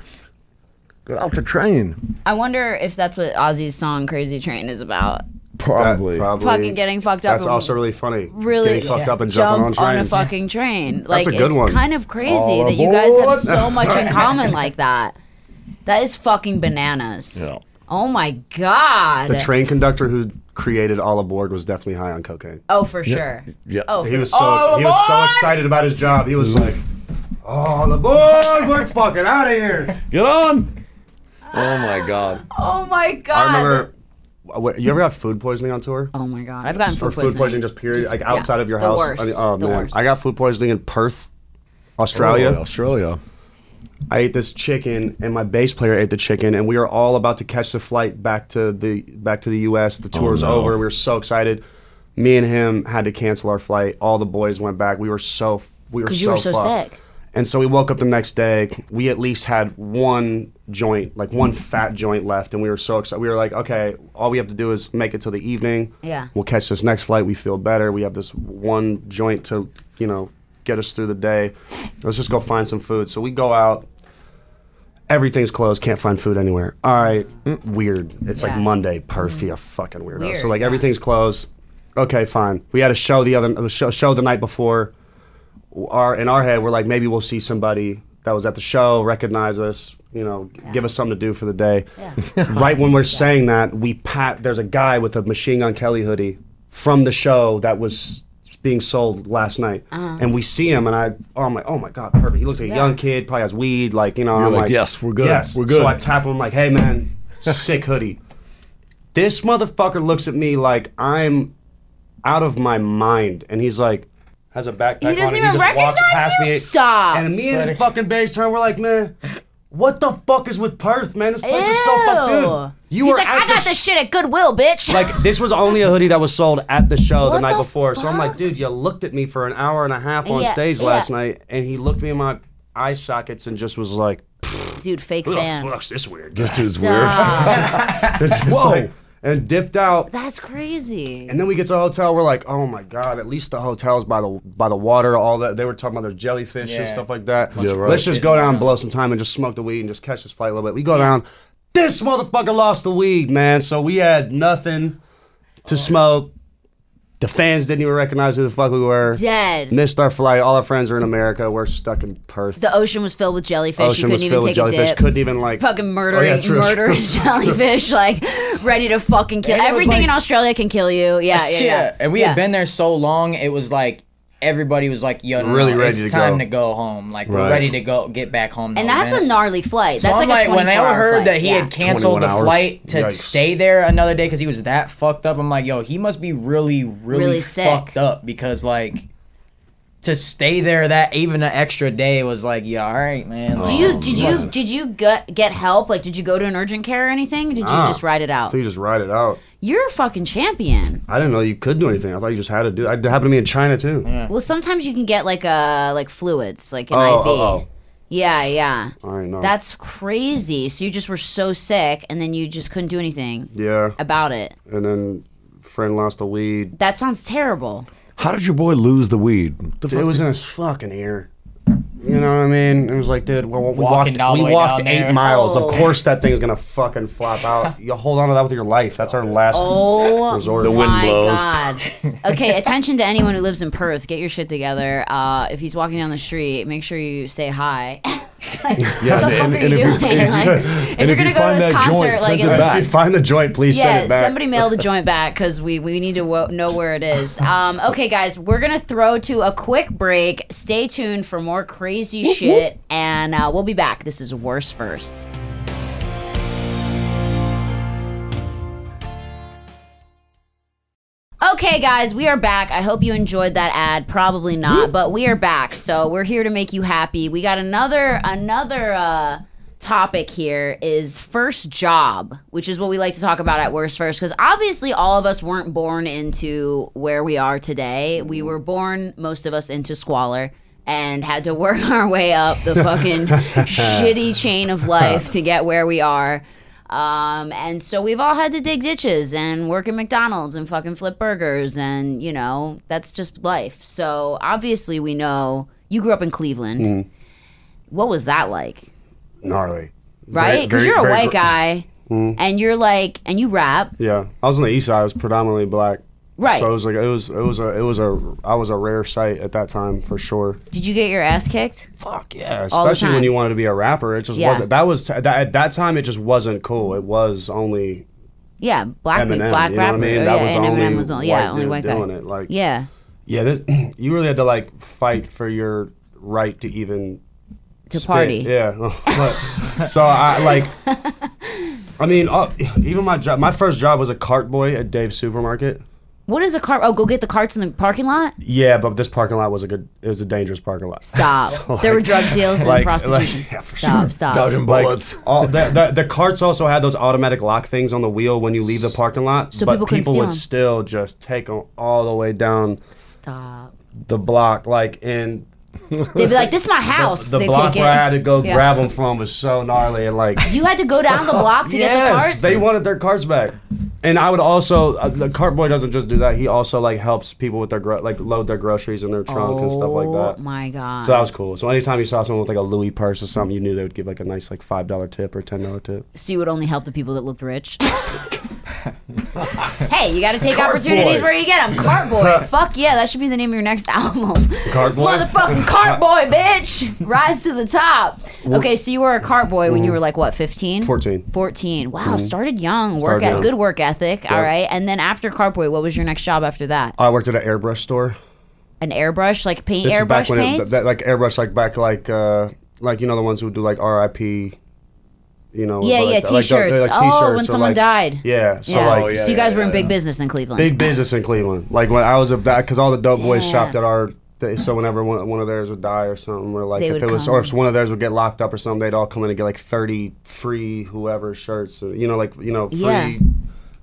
Speaker 3: Get off the train.
Speaker 1: I wonder if that's what Ozzy's song "Crazy Train" is about.
Speaker 2: that
Speaker 3: Probably.
Speaker 2: probably-
Speaker 1: Fucking getting fucked up
Speaker 2: That's
Speaker 1: and
Speaker 2: also really funny.
Speaker 1: Really
Speaker 2: Getting fucked up and
Speaker 1: jump
Speaker 2: jumping on trains.
Speaker 1: a fucking train.
Speaker 2: That's
Speaker 1: like
Speaker 2: a good
Speaker 1: it's
Speaker 2: one.
Speaker 1: kind of crazy
Speaker 3: All
Speaker 1: that you guys have
Speaker 3: aboard.
Speaker 1: so much in common like that. That is fucking bananas.
Speaker 3: Yeah.
Speaker 1: Oh my god.
Speaker 2: the train conductor who created All Aboard was definitely high on cocaine.
Speaker 1: oh for sure.
Speaker 3: Yeah.
Speaker 1: Oh,
Speaker 2: He
Speaker 1: for-
Speaker 2: was so
Speaker 1: All
Speaker 2: ex- he was so
Speaker 1: aboard!
Speaker 2: excited about his job. He was like, "All aboard! We're fucking out of here!"
Speaker 3: Get on. Oh my God.
Speaker 1: Oh my god.
Speaker 2: I remember. Wait, You ever got food poisoning on tour?
Speaker 1: Oh my god. I've gotten
Speaker 2: or
Speaker 1: food
Speaker 2: food poisoning,
Speaker 1: poisoning.
Speaker 2: just period, like
Speaker 1: yeah,
Speaker 2: outside of your
Speaker 1: the
Speaker 2: house.
Speaker 1: worst,
Speaker 2: I mean, oh
Speaker 1: the
Speaker 2: man,
Speaker 1: worst.
Speaker 2: I got food poisoning in Perth,
Speaker 3: Oh,
Speaker 2: Australia.
Speaker 3: Australia.
Speaker 2: I ate this chicken, and my bass player ate the chicken, and we were all about to catch the flight back to the back to the U.S. The tour's
Speaker 3: no.
Speaker 2: over. We were so excited. Me and him had to cancel our flight. All the boys went back. We were so f- we were
Speaker 1: 'Cause you were so
Speaker 2: fucked.
Speaker 1: sick.
Speaker 2: And so we woke up the next day. We at least had one joint, like one fat joint left, and we were so excited. We were like, okay, all we have to do is make it till the evening.
Speaker 1: Yeah.
Speaker 2: We'll catch this next flight. We feel better. We have this one joint to, you know, get us through the day. Let's just go find some food. So we go out everything's closed. Can't find food anywhere. All right, mm, weird. It's like Monday. Perfia, fucking weirdo.
Speaker 6: Mm-hmm. Weird,
Speaker 2: so like
Speaker 6: yeah.
Speaker 2: everything's closed. Okay, fine. We had a show the other a show, show the night before. Our in our head, we're like maybe we'll see somebody that was at the show, recognize us, you know, give us something to do for the day. right when we're saying that, we pat. There's a guy with a Machine Gun Kelly hoodie from the show that was being sold last night,
Speaker 6: Uh-huh.
Speaker 2: and we see him, and I, oh, I'm like, oh my god, perfect. He looks like a young kid, probably has weed, like you know. I'm
Speaker 3: like,
Speaker 2: like,
Speaker 3: "Yes, we're good,
Speaker 2: yes."
Speaker 3: we're good.
Speaker 2: So I tap him, I'm like, hey man, sick hoodie. This motherfucker looks at me like I'm out of my mind, and he's like. Has a backpack
Speaker 6: He doesn't
Speaker 2: on and
Speaker 6: even
Speaker 2: he just walks
Speaker 6: recognize
Speaker 2: past
Speaker 6: you?
Speaker 2: me.
Speaker 6: Stop.
Speaker 2: And me and fucking Bays turn, we're like, man, what the fuck is with Perth, man? This place is so fucked, dude. You
Speaker 1: He's
Speaker 2: were
Speaker 1: like,
Speaker 2: at
Speaker 1: I got
Speaker 2: the
Speaker 1: this shit at Goodwill, bitch.
Speaker 2: like this was only a hoodie that was sold at the show the
Speaker 1: What
Speaker 2: night
Speaker 1: the
Speaker 2: before. So I'm like,
Speaker 1: fuck?
Speaker 2: dude, you looked at me for an hour and a half on
Speaker 6: Yeah,
Speaker 2: stage
Speaker 6: yeah.
Speaker 2: last night, and he looked me in my eye sockets and just was like,
Speaker 1: dude, fake
Speaker 2: "Who the
Speaker 1: fan.
Speaker 2: fuck's this weird?"
Speaker 3: This dude's
Speaker 2: Whoa, and dipped out.
Speaker 1: That's crazy.
Speaker 2: And then we get to the hotel. We're like, "Oh my god! At least the hotel's by the by the water. All that they were talking about their jellyfish
Speaker 5: Yeah.
Speaker 2: and stuff like that.
Speaker 3: Yeah, right.
Speaker 2: Let's just go down, and blow some time, and just smoke the weed and just catch this fight a little bit. We go down. This motherfucker lost the weed, man. So we had nothing to smoke. The fans didn't even recognize who the fuck we were.
Speaker 1: Dead.
Speaker 2: Missed our flight. All our friends are in America. We're stuck in Perth.
Speaker 1: The ocean was filled with jellyfish. you
Speaker 2: Ocean
Speaker 1: couldn't
Speaker 2: was
Speaker 1: even
Speaker 2: filled with
Speaker 1: take a
Speaker 2: jellyfish.
Speaker 1: dip.
Speaker 2: Couldn't even like
Speaker 1: fucking
Speaker 2: Oh,
Speaker 1: murdering,
Speaker 2: yeah, true.
Speaker 1: murdering jellyfish, like ready to fucking kill.
Speaker 5: And it was
Speaker 1: Everything in
Speaker 5: like-
Speaker 1: Australia can kill you. Yeah, yeah,
Speaker 5: Yeah,
Speaker 1: yeah.
Speaker 5: and we
Speaker 1: Yeah.
Speaker 5: had been there so long, it was like everybody was like, "Yo, no,
Speaker 2: Really
Speaker 5: no,
Speaker 2: ready
Speaker 5: it's
Speaker 2: to
Speaker 5: time
Speaker 2: go.
Speaker 5: to go home. Like
Speaker 3: Right.
Speaker 5: we're ready to go get back home."
Speaker 1: And
Speaker 5: though,
Speaker 1: that's
Speaker 5: man.
Speaker 1: a gnarly flight.
Speaker 5: So
Speaker 1: That's
Speaker 5: I'm
Speaker 1: like,
Speaker 5: like,
Speaker 1: a
Speaker 5: when
Speaker 1: 24
Speaker 5: I
Speaker 1: hour
Speaker 5: heard
Speaker 1: flight.
Speaker 5: that he
Speaker 1: yeah.
Speaker 5: had canceled
Speaker 3: 21
Speaker 5: the
Speaker 3: hours.
Speaker 5: flight to
Speaker 2: Yikes.
Speaker 5: stay there another day because he was that fucked up, I'm like, yo, he must be really, really,
Speaker 1: Really sick.
Speaker 5: fucked up because like to stay there that even an extra day was like, yeah, all right, man.
Speaker 1: Do
Speaker 5: Like,
Speaker 1: you did you did you get get help? Like, did you go to an urgent care or anything? Did you
Speaker 2: Nah.
Speaker 1: just ride it out?
Speaker 2: So you just ride it out.
Speaker 1: You're a fucking champion.
Speaker 2: I didn't know you could do anything. I thought you just had to do. It happened to me in China too.
Speaker 1: Well, sometimes you can get like uh like fluids, like an
Speaker 2: Oh,
Speaker 1: IV.
Speaker 2: oh, oh.
Speaker 1: Yeah, yeah.
Speaker 3: Oh.
Speaker 2: I know.
Speaker 1: That's crazy. So you just were so sick, and then you just couldn't do anything
Speaker 2: yeah.
Speaker 1: about it.
Speaker 2: and then friend lost the weed.
Speaker 1: That sounds terrible.
Speaker 3: How did your boy lose the weed? The
Speaker 2: It was in his fucking ear. You know what I mean? It was like, dude, well, we
Speaker 5: Walking
Speaker 2: walked,
Speaker 5: all the
Speaker 2: we
Speaker 5: way
Speaker 2: walked
Speaker 5: down
Speaker 2: eight
Speaker 5: there.
Speaker 2: miles.
Speaker 1: Oh.
Speaker 2: Of course, that thing's gonna fucking flop out. you hold on to that with your life. That's our last.
Speaker 1: Oh
Speaker 2: Resort.
Speaker 1: the
Speaker 2: The
Speaker 1: wind my
Speaker 2: wind
Speaker 3: blows.
Speaker 1: god! Okay, attention to anyone who lives in Perth. Get your shit together. Uh, if he's walking down the street, make sure you say hi. like, yeah, what the fuck
Speaker 3: and-
Speaker 1: are
Speaker 3: and
Speaker 1: you
Speaker 3: if you-
Speaker 1: doing? Like,
Speaker 3: and-
Speaker 1: if
Speaker 3: and
Speaker 1: you're
Speaker 3: if
Speaker 1: gonna
Speaker 3: you
Speaker 1: go
Speaker 3: find
Speaker 1: to his
Speaker 3: that
Speaker 1: concert,
Speaker 3: joint,
Speaker 1: like,
Speaker 3: send
Speaker 1: it's
Speaker 3: it back.
Speaker 2: If you find the joint, please send
Speaker 1: yeah,
Speaker 2: it back.
Speaker 1: somebody mail the joint back because we we need to wo- know where it is. Um, okay, guys, we're gonna throw to a quick break. Stay tuned for more crazy shit, and uh, we'll be back. This is worse first. Okay, guys, we are back. I hope you enjoyed that ad. Probably not, but we are back. So we're here to make you happy. We got another another uh, topic here is first job, which is what we like to talk about at worst first, because obviously all of us weren't born into where we are today. We were born, most of us, into squalor and had to work our way up the fucking shitty chain of life to get where we are. Um, and so we've all had to dig ditches and work at McDonald's and fucking flip burgers and you know that's just life. So obviously we know you grew up in Cleveland.
Speaker 2: Mm-hmm.
Speaker 1: What was that like,
Speaker 2: Gnarly.
Speaker 1: right? Because
Speaker 2: very-
Speaker 1: you're a
Speaker 2: very
Speaker 1: white
Speaker 2: gr- Mm-hmm.
Speaker 1: guy and you're like and you rap.
Speaker 2: Yeah, I was on the east side. I was predominantly black.
Speaker 1: Right.
Speaker 2: So it was like it was it was a it was a I was a rare sight at that time for sure.
Speaker 1: Did you get your ass kicked?
Speaker 2: Fuck yeah,
Speaker 1: All the
Speaker 2: especially
Speaker 1: time.
Speaker 2: when you wanted to be a rapper. It just
Speaker 1: Yeah.
Speaker 2: wasn't. That was that, at that time. It just wasn't cool. It was only
Speaker 1: Yeah, black
Speaker 2: Eminem.
Speaker 1: black
Speaker 2: you know
Speaker 1: rapper.
Speaker 2: what I mean?
Speaker 1: Oh,
Speaker 2: that
Speaker 1: yeah,
Speaker 2: was
Speaker 1: and
Speaker 2: only
Speaker 1: Eminem was only yeah only
Speaker 2: dude
Speaker 1: white guy.
Speaker 2: doing it. Like yeah,
Speaker 1: Yeah,
Speaker 2: this, you really had to like fight for your right to even
Speaker 1: to
Speaker 2: spit.
Speaker 1: party.
Speaker 2: Yeah. But- so I like. I mean, uh, even my job. My first job was a cart boy at Dave's supermarket.
Speaker 1: What is a car? Oh, go get the carts in the parking lot.
Speaker 2: Yeah, but this parking lot was a good. It was a dangerous parking lot.
Speaker 1: Stop. there were drug deals and
Speaker 2: like-
Speaker 1: prostitution.
Speaker 2: like- yeah, for
Speaker 1: stop. Stop.
Speaker 3: dodging
Speaker 2: Like,
Speaker 3: bullets.
Speaker 2: all the, the, the carts also had those automatic lock things on the wheel when you leave the parking lot, so but
Speaker 1: people
Speaker 2: people,
Speaker 1: couldn't steal 'em.
Speaker 2: would still just take them all the way down
Speaker 1: Stop.
Speaker 2: the block. Like, and
Speaker 1: They'd be like, "This is my house."
Speaker 2: the
Speaker 1: They'd
Speaker 2: block
Speaker 1: take
Speaker 2: where I had
Speaker 1: it.
Speaker 2: to go
Speaker 1: Yeah.
Speaker 2: grab them from was so gnarly. And like,
Speaker 1: You had to go down the block to get the
Speaker 2: yes,
Speaker 1: carts.
Speaker 2: they wanted their carts back. And I would also uh, the cart boy doesn't just do that. He also like helps people with their gro- like load their groceries in their trunk and stuff like
Speaker 1: Oh
Speaker 2: that.
Speaker 1: my god.
Speaker 2: So that was cool. So anytime you saw someone with like a Louis purse or something, you knew they would give like a nice like five dollar tip or ten dollar tip.
Speaker 1: So you would only help the people that looked rich. hey, you got to take opportunities where you get them. Cartboy. Fuck yeah, that should be the name of your next album.
Speaker 2: Cartboy?
Speaker 1: Motherfucking cartboy, bitch. Rise to the top. Okay, so you were a cartboy when you
Speaker 2: mm-hmm.
Speaker 1: were like what, 15?
Speaker 2: 14.
Speaker 1: 14. Wow, started young. Work
Speaker 2: Mm-hmm. Started
Speaker 1: at
Speaker 2: young.
Speaker 1: good work ethic. All right. And then after cartboy, what was your next job after that?
Speaker 2: I worked at an airbrush store.
Speaker 1: An airbrush, like paint
Speaker 2: This is back
Speaker 1: airbrush
Speaker 2: when it,
Speaker 1: paints?
Speaker 2: that, like airbrush like back like uh like you know the ones who do like R.I.P. You know
Speaker 1: Yeah,
Speaker 2: like,
Speaker 1: yeah,
Speaker 2: like, like,
Speaker 1: t-shirts.
Speaker 2: like,
Speaker 1: Oh,
Speaker 2: t-shirts
Speaker 1: when
Speaker 2: or,
Speaker 1: someone
Speaker 2: like-
Speaker 1: died.
Speaker 2: Yeah, so
Speaker 1: yeah.
Speaker 2: like
Speaker 3: Oh, yeah,
Speaker 1: so you guys
Speaker 3: yeah,
Speaker 1: were in
Speaker 3: yeah,
Speaker 1: big
Speaker 3: yeah.
Speaker 1: business in Cleveland.
Speaker 2: big business in Cleveland. Like when I was a that because all the dope boys
Speaker 1: Damn.
Speaker 2: shopped at our. They, so whenever one, one of theirs would die or something, or like
Speaker 1: They
Speaker 2: if
Speaker 1: would
Speaker 2: it was,
Speaker 1: come.
Speaker 2: or if one of theirs would get locked up or something, they'd all come in and get like thirty free whoever shirts. uh, You know, like you know, free,
Speaker 1: Yeah.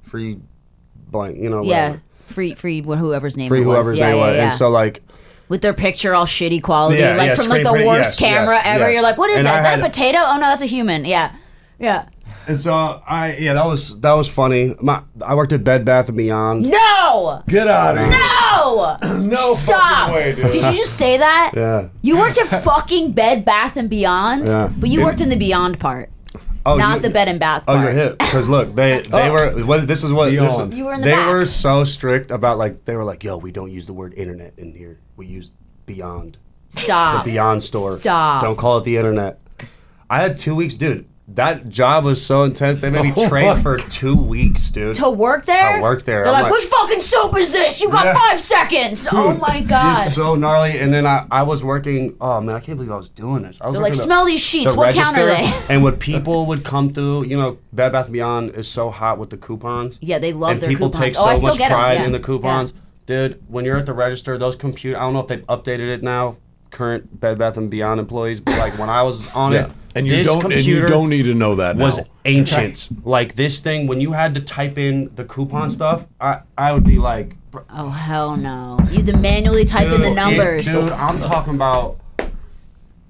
Speaker 2: free, blank. You know,
Speaker 1: yeah.
Speaker 2: whatever.
Speaker 1: Free, free, wh- whoever's name
Speaker 2: free
Speaker 1: it was.
Speaker 2: whoever's
Speaker 1: yeah,
Speaker 2: name
Speaker 1: yeah,
Speaker 2: was.
Speaker 1: yeah.
Speaker 2: And so like,
Speaker 1: with their picture all shitty quality,
Speaker 2: Yeah,
Speaker 1: like
Speaker 2: yeah,
Speaker 1: from like
Speaker 2: screen
Speaker 1: the
Speaker 2: print,
Speaker 1: worst
Speaker 2: yes,
Speaker 1: camera
Speaker 2: yes,
Speaker 1: ever.
Speaker 2: yes.
Speaker 1: You're like, what is
Speaker 2: And
Speaker 1: that?
Speaker 2: I
Speaker 1: Is that a
Speaker 2: had-
Speaker 1: potato? Oh no, that's a human. Yeah, yeah.
Speaker 2: and so I yeah, that was that was funny. My I worked at Bed Bath and Beyond.
Speaker 1: No,
Speaker 3: Get out of here.
Speaker 1: no,
Speaker 3: No
Speaker 1: stop.
Speaker 3: fucking way, dude.
Speaker 1: Did you just say that?
Speaker 2: Yeah.
Speaker 1: You worked at fucking Bed Bath and Beyond,
Speaker 2: Yeah.
Speaker 1: but you worked in the Beyond part,
Speaker 2: Oh,
Speaker 1: not
Speaker 2: you-
Speaker 1: the Bed and Bath
Speaker 2: Oh,
Speaker 1: part.
Speaker 2: you're hit. Because look, they they were. What, this is what this
Speaker 3: Beyond.
Speaker 2: is-
Speaker 1: You were in the
Speaker 2: They
Speaker 1: back.
Speaker 2: were so strict about like they were like, yo, we don't use the word internet in here. We use beyond
Speaker 1: Stop.
Speaker 2: beyond store.
Speaker 1: Stop.
Speaker 2: Don't call it the internet. I had two weeks, dude. That job was so intense. They made me train for two weeks, dude.
Speaker 1: To work there?
Speaker 2: To work there.
Speaker 1: They're
Speaker 2: I'm
Speaker 1: like,
Speaker 2: like-
Speaker 1: which fucking soap is this? You got
Speaker 2: Yeah.
Speaker 1: five seconds. oh my god.
Speaker 2: It's so gnarly. And then I, I was working. Oh man, I can't believe I was doing this. I was
Speaker 1: They're like,
Speaker 2: working the-
Speaker 1: smell these sheets.
Speaker 2: the
Speaker 1: What counter are they?
Speaker 2: register, And when people would come through, you know, Bed Bath and Beyond is so hot with the coupons.
Speaker 1: Yeah, they love
Speaker 2: and
Speaker 1: their
Speaker 2: people
Speaker 1: coupons.
Speaker 2: take
Speaker 1: Oh,
Speaker 2: so
Speaker 1: I still
Speaker 2: much
Speaker 1: get 'em,
Speaker 2: pride
Speaker 1: yeah.
Speaker 2: in the
Speaker 1: Yeah.
Speaker 2: coupons, dude. When you're at the register, those computer. I don't know if they've updated it now. Current Bed Bath and Beyond employees, but like when I was on
Speaker 3: Yeah.
Speaker 2: it,
Speaker 3: And you
Speaker 2: this
Speaker 3: don't and you
Speaker 2: computer
Speaker 3: don't need to know that
Speaker 2: was
Speaker 3: now.
Speaker 2: ancient. Like this thing, when you had to type in the coupon stuff, I I would be like, bro,
Speaker 1: Oh hell no! You had to manually type in the
Speaker 2: Dude,
Speaker 1: numbers.
Speaker 2: it- dude, I'm talking about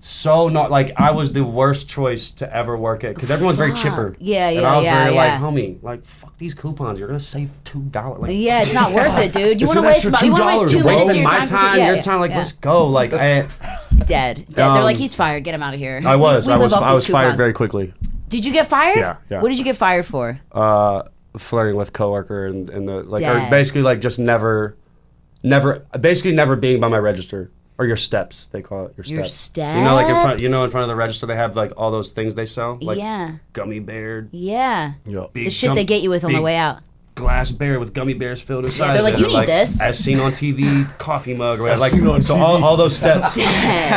Speaker 2: so not like I was the worst choice to ever work at because everyone's very chipper.
Speaker 1: Yeah,
Speaker 2: and
Speaker 1: yeah,
Speaker 2: I was
Speaker 1: yeah,
Speaker 2: very
Speaker 1: yeah.
Speaker 2: like, homie, like fuck these coupons. You're gonna save two dollars. Like,
Speaker 1: yeah, it's not worth it, dude. You want
Speaker 3: It's
Speaker 1: to
Speaker 3: an
Speaker 1: waste
Speaker 3: extra
Speaker 1: my, you want to waste
Speaker 3: $2,
Speaker 1: two
Speaker 3: you're
Speaker 1: minutes of
Speaker 2: Wasting
Speaker 1: your
Speaker 2: my
Speaker 1: time, for,
Speaker 2: time,
Speaker 1: yeah,
Speaker 2: your
Speaker 1: yeah,
Speaker 2: time. Like,
Speaker 1: yeah.
Speaker 2: let's go. Like, I,
Speaker 1: dead. dead. They're like,
Speaker 2: Um,
Speaker 1: he's fired. Get him out of here.
Speaker 2: I was,
Speaker 1: We, we
Speaker 2: I
Speaker 1: live
Speaker 2: was,
Speaker 1: off
Speaker 2: I
Speaker 1: these
Speaker 2: was fired
Speaker 1: coupons.
Speaker 2: very quickly.
Speaker 1: Did you get fired?
Speaker 2: Yeah, yeah.
Speaker 1: What did you get fired for?
Speaker 2: Uh, flirting with coworker and and the like,
Speaker 1: Dad.
Speaker 2: or basically like just never, never, basically never being by my register. Or your steps, they call it. Your steps.
Speaker 1: Your
Speaker 2: You know, like in front. You
Speaker 1: steps?
Speaker 2: know, in front of the register, they have like all those things they sell, like
Speaker 1: yeah,
Speaker 2: gummy bear,
Speaker 1: yeah.
Speaker 3: Yeah.
Speaker 2: big
Speaker 1: The shit
Speaker 2: gum-
Speaker 1: they get you with on the
Speaker 2: big
Speaker 1: way out.
Speaker 2: Glass bear with gummy bears filled inside.
Speaker 1: they're
Speaker 2: of
Speaker 1: like,
Speaker 2: it,
Speaker 1: "You
Speaker 2: or,
Speaker 1: need this."
Speaker 2: As seen on TV, coffee mug, or whatever.
Speaker 3: As
Speaker 2: Like,
Speaker 3: seen on
Speaker 2: so
Speaker 3: TV.
Speaker 2: all, all those steps.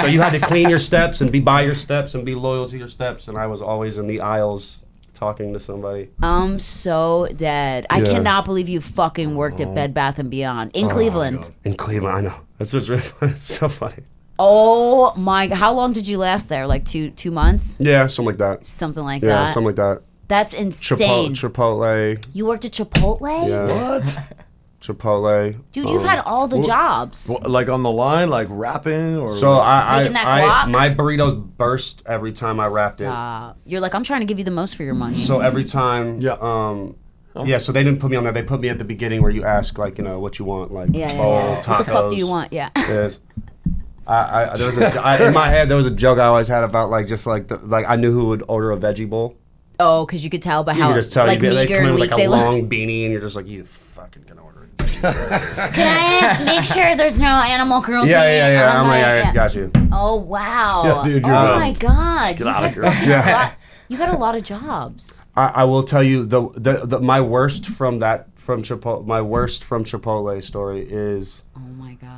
Speaker 2: so you had to clean your steps and be by your steps and be loyal to your steps. And I was always in the aisles talking to somebody.
Speaker 1: I'm so dead. I
Speaker 2: Yeah. Oh,
Speaker 1: cannot believe you fucking worked at Bed Bath and Beyond in Cleveland.
Speaker 2: In Cleveland, I know. That's just really funny. It's so funny.
Speaker 1: Oh my! How long did you last there? Like two two months,
Speaker 2: Yeah, something like that.
Speaker 1: something like
Speaker 2: Yeah,
Speaker 1: that.
Speaker 2: something like that.
Speaker 1: That's
Speaker 2: Chipo-
Speaker 1: insane.
Speaker 2: Chipotle.
Speaker 1: you worked at Chipotle,
Speaker 2: Yeah. Um,
Speaker 3: What?
Speaker 2: Chipotle.
Speaker 1: dude. You've had all the jobs.
Speaker 3: Well, Like on the line, like rapping or
Speaker 2: So I,
Speaker 1: Making that
Speaker 2: I, I
Speaker 1: guac?
Speaker 2: my burritos burst every time I wrapped it.
Speaker 1: Stop. You're like, I'm trying to give you the most for your money.
Speaker 2: So every time,
Speaker 3: Yeah.
Speaker 2: um, yeah. So they didn't put me on that. They put me at the beginning where you ask like, you know, what you want, like
Speaker 1: yeah, yeah,
Speaker 2: bowl,
Speaker 1: yeah.
Speaker 2: tacos.
Speaker 1: What the fuck do you want? Yeah.
Speaker 2: Yes. I, I, there was a, I, in my head there was a joke I always had about like just like the, like I knew who would order a veggie bowl.
Speaker 1: Oh, because you could tell by
Speaker 2: You
Speaker 1: how
Speaker 2: could just tell
Speaker 1: like
Speaker 2: you
Speaker 1: meager
Speaker 2: they come
Speaker 1: and
Speaker 2: in with
Speaker 1: weak
Speaker 2: like
Speaker 1: they
Speaker 2: a
Speaker 1: look.
Speaker 2: long beanie and you're just like you fucking gonna order it.
Speaker 1: Can I have- make sure there's no animal cruelty?
Speaker 2: Yeah, yeah, yeah.
Speaker 1: on
Speaker 2: I'm
Speaker 1: my-
Speaker 2: like, I
Speaker 1: yeah.
Speaker 2: got you.
Speaker 1: Oh wow.
Speaker 3: Yeah, dude, you're
Speaker 1: oh
Speaker 3: out.
Speaker 1: my god.
Speaker 3: get
Speaker 1: You've
Speaker 3: out
Speaker 1: had
Speaker 3: of here.
Speaker 1: fucking
Speaker 2: Yeah.
Speaker 1: a lot- You've had a lot of jobs.
Speaker 2: I, I will tell you the, the the my worst from that from Chipotle my worst from Chipotle story is
Speaker 1: Oh my god.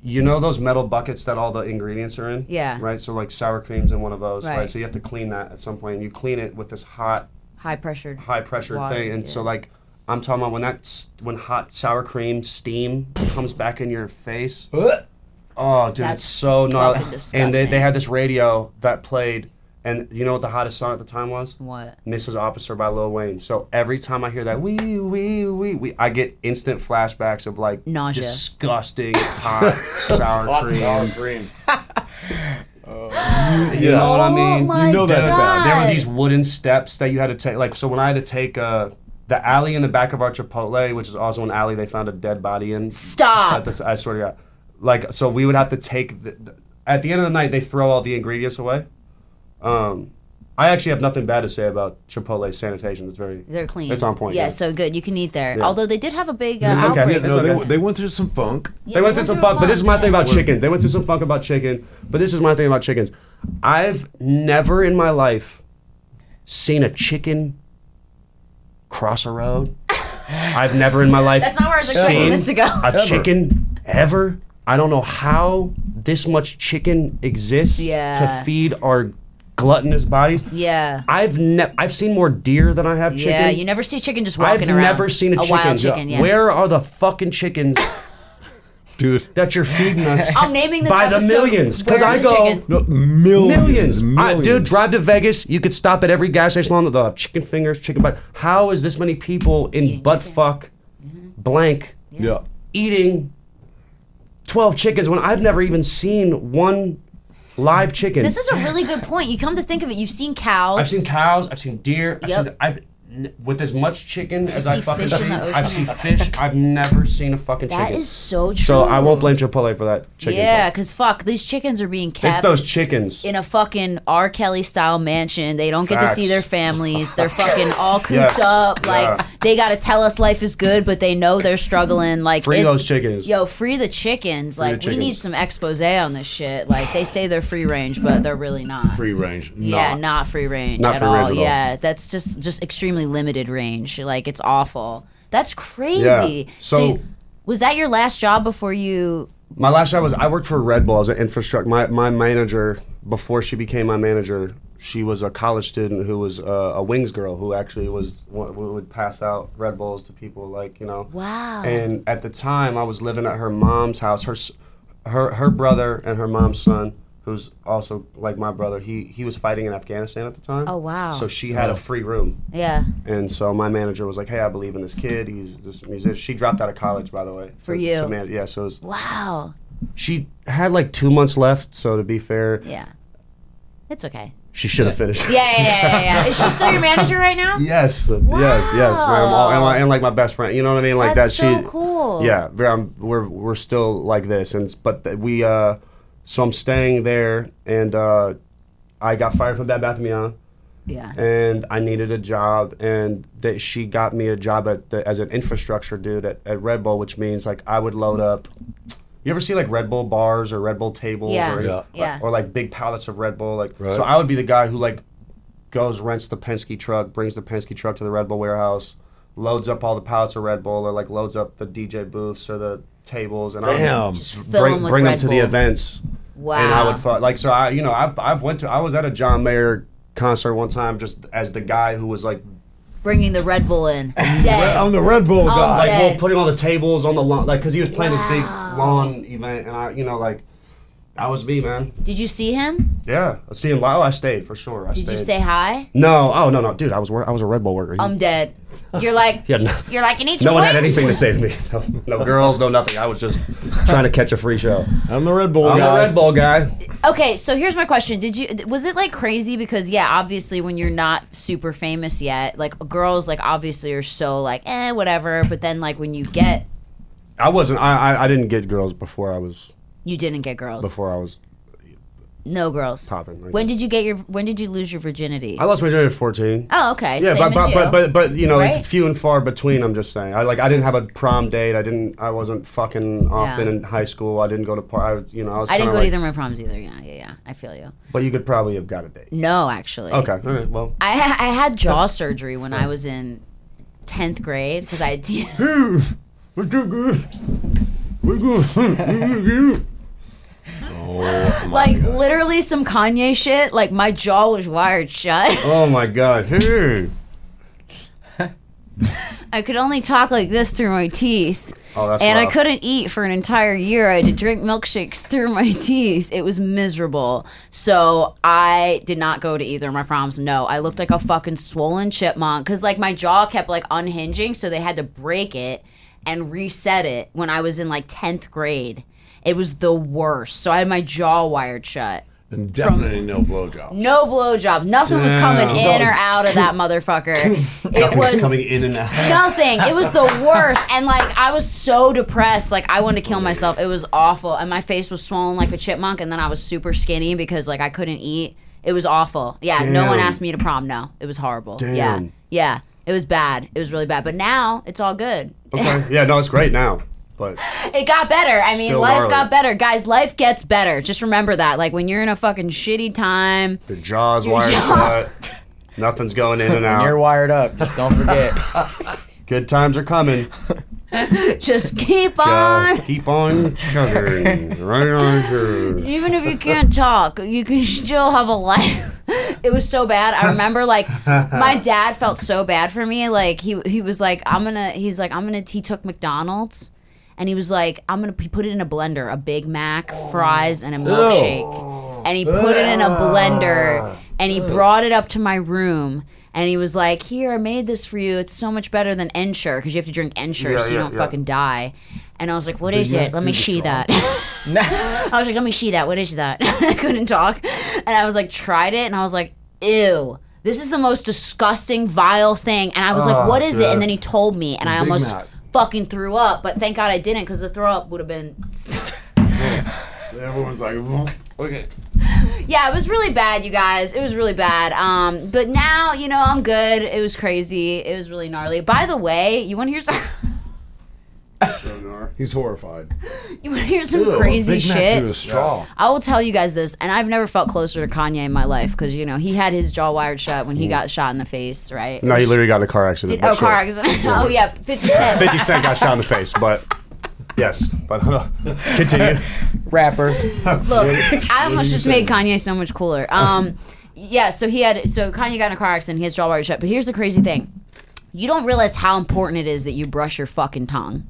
Speaker 2: you know those metal buckets that all the ingredients are in?
Speaker 1: Yeah.
Speaker 2: Right? So like sour cream's in one of those. Right.
Speaker 1: Right.
Speaker 2: So you have to clean that at some point. And you clean it with this hot,
Speaker 1: High pressured.
Speaker 2: high pressure
Speaker 1: Water,
Speaker 2: thing. And
Speaker 1: yeah.
Speaker 2: so like I'm talking about when that s- when hot sour cream steam comes back in your face. Oh dude,
Speaker 1: That's
Speaker 2: it's so gnarly.
Speaker 1: fucking
Speaker 2: And they, they
Speaker 1: disgusting.
Speaker 2: had this radio that played and you know what the hottest song at the time was?
Speaker 1: What?
Speaker 2: Mrs. Officer by Lil Wayne. So every time I hear that, wee, wee, wee, wee, I get instant flashbacks of like
Speaker 1: Nausea.
Speaker 2: disgusting hot sour cream.
Speaker 3: green.
Speaker 2: You know what I
Speaker 1: Oh
Speaker 2: mean?
Speaker 1: my
Speaker 3: know that's
Speaker 2: There
Speaker 3: bad.
Speaker 2: were
Speaker 1: God.
Speaker 2: these wooden steps that you had to take. Like, so when I had to take a The alley in the back of our Chipotle, which is also an alley they found a dead body in.
Speaker 6: Stop.
Speaker 2: At this, I swear to God. Like, so we would have to take. The, the- at the end of the night, they throw all the ingredients away. Um, I actually have nothing bad to say about Chipotle sanitation. It's very.
Speaker 1: They're clean.
Speaker 2: It's on point.
Speaker 1: Yeah, so good. You can eat there. Although they did have a big uh,
Speaker 2: It's okay.
Speaker 1: outbreak.
Speaker 2: It's
Speaker 3: No, they,
Speaker 2: okay.
Speaker 3: they went through some funk.
Speaker 2: they went
Speaker 1: they
Speaker 2: through
Speaker 1: went
Speaker 2: some
Speaker 1: through
Speaker 2: fuck, but this is my
Speaker 1: funk,
Speaker 2: thing about chickens. They went through some fuck about chicken, but this is my thing about chickens. I've never in my life seen a chicken cross a road. I've never in my life
Speaker 6: That's not where I was expecting
Speaker 2: seen
Speaker 6: this to go.
Speaker 2: a chicken ever. I don't know how this much chicken exists
Speaker 1: Yeah.
Speaker 2: to feed our gluttonous bodies.
Speaker 1: Yeah.
Speaker 2: I've never I've seen more deer than I have chicken.
Speaker 1: Yeah, you never see a chicken just walking
Speaker 2: I've
Speaker 1: around.
Speaker 2: never seen a,
Speaker 1: a
Speaker 2: chicken.
Speaker 1: wild chicken. Yeah.
Speaker 2: Where are the fucking chickens
Speaker 3: Dude.
Speaker 2: that you're feeding us?
Speaker 1: I'm naming this
Speaker 2: by the
Speaker 1: episode,
Speaker 2: millions because
Speaker 1: Where are
Speaker 2: I
Speaker 1: the
Speaker 2: go
Speaker 1: chickens?
Speaker 3: No, millions.
Speaker 2: millions. I, dude, drive to Vegas. You could stop at every gas station. They'll have chicken fingers, chicken butt. How is this many people in butt fuck
Speaker 1: Mm-hmm.
Speaker 2: blank
Speaker 3: Yeah.
Speaker 2: eating twelve chickens when I've never even seen one live chicken?
Speaker 1: This is a really good point. You come to think of it, you've seen cows.
Speaker 2: I've seen cows. I've seen deer. I've
Speaker 1: Yep.
Speaker 2: seen. I've n- with as much chicken as I
Speaker 1: see
Speaker 2: fucking
Speaker 1: fish in
Speaker 2: see,
Speaker 1: the
Speaker 2: I've seen fish. I've never seen a fucking
Speaker 1: that
Speaker 2: chicken.
Speaker 1: is so true.
Speaker 2: so I won't blame Chipotle for that chicken.
Speaker 1: Yeah,
Speaker 2: part.
Speaker 1: because fuck, these chickens are being kept.
Speaker 2: it's those chickens.
Speaker 1: in a fucking R. Kelly style mansion. They don't get to see
Speaker 2: Facts.
Speaker 1: their families. They're fucking all cooped
Speaker 2: Yes.
Speaker 1: up. Like
Speaker 2: Yeah.
Speaker 1: they gotta tell us life is good, but they know they're struggling. Like
Speaker 2: Free
Speaker 1: it's-
Speaker 2: those chickens.
Speaker 1: Yo, free the chickens. like we
Speaker 2: chickens.
Speaker 1: need some expose on this shit. Like they say they're free range, but they're really not.
Speaker 3: Free range.
Speaker 1: yeah,
Speaker 3: Not.
Speaker 1: not free range
Speaker 2: Not
Speaker 1: at
Speaker 2: free
Speaker 1: all.
Speaker 2: range at all.
Speaker 1: Yeah, that's just just extremely limited range. Like it's awful. That's crazy.
Speaker 2: Yeah.
Speaker 1: So,
Speaker 2: So-
Speaker 1: you- was that your last job before you?
Speaker 2: My last job was I worked for Red Bull as an infrastructure. My my manager before she became my manager, she was a college student who was uh, a wings girl who actually was wa- would pass out Red Bulls to people like you know.
Speaker 1: Wow.
Speaker 2: And at the time, I was living at her mom's house. Her s- her her brother and her mom's son, who's also like my brother, he he was fighting in Afghanistan at the time.
Speaker 1: Oh, wow.
Speaker 2: So she had a free room.
Speaker 1: Yeah.
Speaker 2: And so my manager was like, "Hey, I believe in this kid. He's this musician." She dropped out of college, by the way. For
Speaker 1: you.
Speaker 2: yeah. So it was,
Speaker 1: Wow.
Speaker 2: she had like two months left, so to be fair,
Speaker 1: Yeah. It's okay.
Speaker 2: she should have finished.
Speaker 1: Yeah, yeah, yeah, yeah, yeah. Is she still your manager right now?
Speaker 2: Yes, that's- yes, yes. man. I'm all- and, like- and like my best friend, you know what I mean? Like
Speaker 1: That's
Speaker 2: that. She,
Speaker 1: so cool.
Speaker 2: Yeah, we're- I'm, we're we're still like this, and it's- but th- we. uh So I'm staying there, and uh I got fired from Bad Bath and Beyond,
Speaker 1: Yeah.
Speaker 2: and I needed a job, and that she got me a job at the, as an infrastructure dude at, at Red Bull, which means like I would load up. You ever see like Red Bull bars or Red Bull tables
Speaker 1: Yeah.
Speaker 2: or,
Speaker 1: Yeah. Yeah.
Speaker 2: or like big pallets of Red Bull? Like
Speaker 3: Right.
Speaker 2: so, I would be the guy who like goes rents the Penske truck, brings the Penske truck to the Red Bull warehouse, loads up all the pallets of Red Bull, or like loads up the DJ booths or the tables, and I
Speaker 3: Damn.
Speaker 2: would
Speaker 1: fill 'em
Speaker 2: bring,
Speaker 1: with
Speaker 2: bring
Speaker 1: Red
Speaker 2: them to the
Speaker 1: Bull.
Speaker 2: events. And I
Speaker 1: Wow.
Speaker 2: would fu- like so I you know I I've went to I was at a John Mayer concert one time just as the guy who was like
Speaker 1: Bringing the Red Bull in. Dead.
Speaker 3: I'm the Red Bull
Speaker 1: Oh
Speaker 3: guy.
Speaker 2: like
Speaker 1: Dead.
Speaker 2: well putting all the tables on the lawn like because he was playing this big lawn event and I you know like I was me man
Speaker 1: Did you see him?
Speaker 2: yeah I see him wow I stayed for sure I
Speaker 1: Did
Speaker 2: stayed
Speaker 1: you say Um, hi?
Speaker 2: no oh no no dude I was wor- I was a Red Bull worker He-
Speaker 1: I'm dead. You're like,
Speaker 2: he had no,
Speaker 1: you're like, you need
Speaker 2: no
Speaker 1: some
Speaker 2: one had
Speaker 1: wings?
Speaker 2: anything to say to me no, no girls no nothing I was just trying to catch a free show
Speaker 3: I'm the Red Bull
Speaker 2: I'm
Speaker 3: guy.
Speaker 2: a Red Bull guy
Speaker 1: Okay, so here's my question. Did you was it like crazy because yeah, obviously when you're not super famous yet, like girls like obviously are so like, eh, whatever, but then like when you get
Speaker 2: I wasn't I I, I didn't get girls before I was
Speaker 1: you didn't get girls.
Speaker 2: before I was
Speaker 1: No girls.
Speaker 2: popping like
Speaker 1: When did you get your when did you lose your virginity?
Speaker 2: I lost my virginity at 14
Speaker 1: Oh, okay.
Speaker 2: Yeah,
Speaker 1: Same
Speaker 2: but,
Speaker 1: as
Speaker 2: but,
Speaker 1: you.
Speaker 2: but but but you know,
Speaker 1: Right?
Speaker 2: it's few and far between. I'm just saying. I like I didn't have a prom date. I didn't. I wasn't fucking often
Speaker 1: Yeah.
Speaker 2: in high school. I didn't go to par. I was, you know, I was.
Speaker 1: I didn't
Speaker 2: kinda
Speaker 1: go to
Speaker 2: like,
Speaker 1: either of my proms either. Yeah, yeah, yeah. I feel you.
Speaker 2: But you could probably have got a date.
Speaker 1: No, actually.
Speaker 2: Okay. All right. Well,
Speaker 1: I ha- I had jaw surgery when I was in tenth grade because I had te-
Speaker 2: we're good. We're good.
Speaker 1: like literally some Kanye shit. Like my jaw was wired shut.
Speaker 2: oh my god. Hey.
Speaker 1: I could only talk like this through my teeth.
Speaker 2: Oh, that's
Speaker 1: and I
Speaker 2: wild.
Speaker 1: couldn't eat for an entire year. I had to drink milkshakes through my teeth. It was miserable. So I did not go to either of my proms. No, I looked like a fucking swollen chipmunk because like my jaw kept like unhinging, so they had to break it and reset it when I was in like tenth grade. It was the worst. So I had my jaw wired shut.
Speaker 3: And definitely no blowjob.
Speaker 1: No blowjob. Nothing was coming in or out of that motherfucker. It was
Speaker 2: coming in and out.
Speaker 1: nothing. It was the worst. And like I was so depressed. Like I wanted to kill myself. It was awful. And my face was swollen like a chipmunk. And then I was super skinny because like I couldn't eat. It was awful. Yeah. No one
Speaker 2: Damn.
Speaker 1: asked me to prom. No. It was horrible. Yeah.
Speaker 2: Damn.
Speaker 1: Yeah. It was bad. It was really bad. But now it's all good.
Speaker 2: Okay. Yeah, no, it's great now. But
Speaker 1: It got better. I mean,
Speaker 2: Still
Speaker 1: life
Speaker 2: gnarly.
Speaker 1: got better. Guys, life gets better. Just remember that. Like when you're in a fucking shitty time.
Speaker 2: the jaw's wired shut. Nothing's going in and out.
Speaker 5: You're wired up. Just don't forget.
Speaker 2: Good times are coming.
Speaker 1: Just keep on.
Speaker 3: Uh,
Speaker 2: Just keep on chugging. Right on through.
Speaker 1: Even if you can't talk, you can still have a life. It was so bad. I remember like my dad felt so bad for me. Like he he was like, I'm gonna he's like, I'm gonna he took McDonald's and he was like, I'm gonna he put it in a blender, a Big Mac, fries, and a milkshake. And he put it in a blender and he brought it up to my room and he was like, Here, I made this for you. It's so much better than Ensure, because you have to drink Ensure
Speaker 2: Yeah,
Speaker 1: so you
Speaker 2: yeah,
Speaker 1: don't
Speaker 2: yeah.
Speaker 1: fucking die. And I was like, "What is
Speaker 2: Mac
Speaker 1: it? Let me
Speaker 2: do the
Speaker 1: see
Speaker 2: song.
Speaker 1: that. I was like, let me see that. What is that? I couldn't talk. And I was like, tried it and I was like, ew. This is the most disgusting, vile thing. And I was
Speaker 3: Ah,
Speaker 1: like,
Speaker 2: Oh,
Speaker 1: what is it?
Speaker 2: dude.
Speaker 1: And then he told me and I almost
Speaker 2: Mac.
Speaker 1: fucking threw up. But thank God I didn't because the throw up would have been.
Speaker 3: Everyone's like, okay.
Speaker 1: yeah, it was really bad, you guys. It was really bad. Um, but now, you know, I'm good. It was crazy. It was really gnarly. By the way, you want to hear some,
Speaker 3: He's horrified.
Speaker 1: you wanna hear some
Speaker 3: Ew, a
Speaker 1: crazy
Speaker 3: Big Mac
Speaker 1: shit?
Speaker 3: through a straw.
Speaker 1: I will tell you guys this, and I've never felt closer to Kanye in my life because you know he had his jaw wired shut when he got shot in the face, right?
Speaker 2: Mm-hmm. No, you literally got in a car accident.
Speaker 1: oh,
Speaker 2: but
Speaker 1: car
Speaker 2: sure.
Speaker 1: accident. oh yeah, Fifty Cent.
Speaker 2: 50 Cent got shot in the face, but yes. But uh, continue.
Speaker 5: Rapper.
Speaker 1: Look, I almost just made Kanye so much cooler. Um, yeah, so he had so Kanye got in a car accident, he had his jaw wired shut. But here's the crazy thing: you don't realize how important it is that you brush your fucking tongue.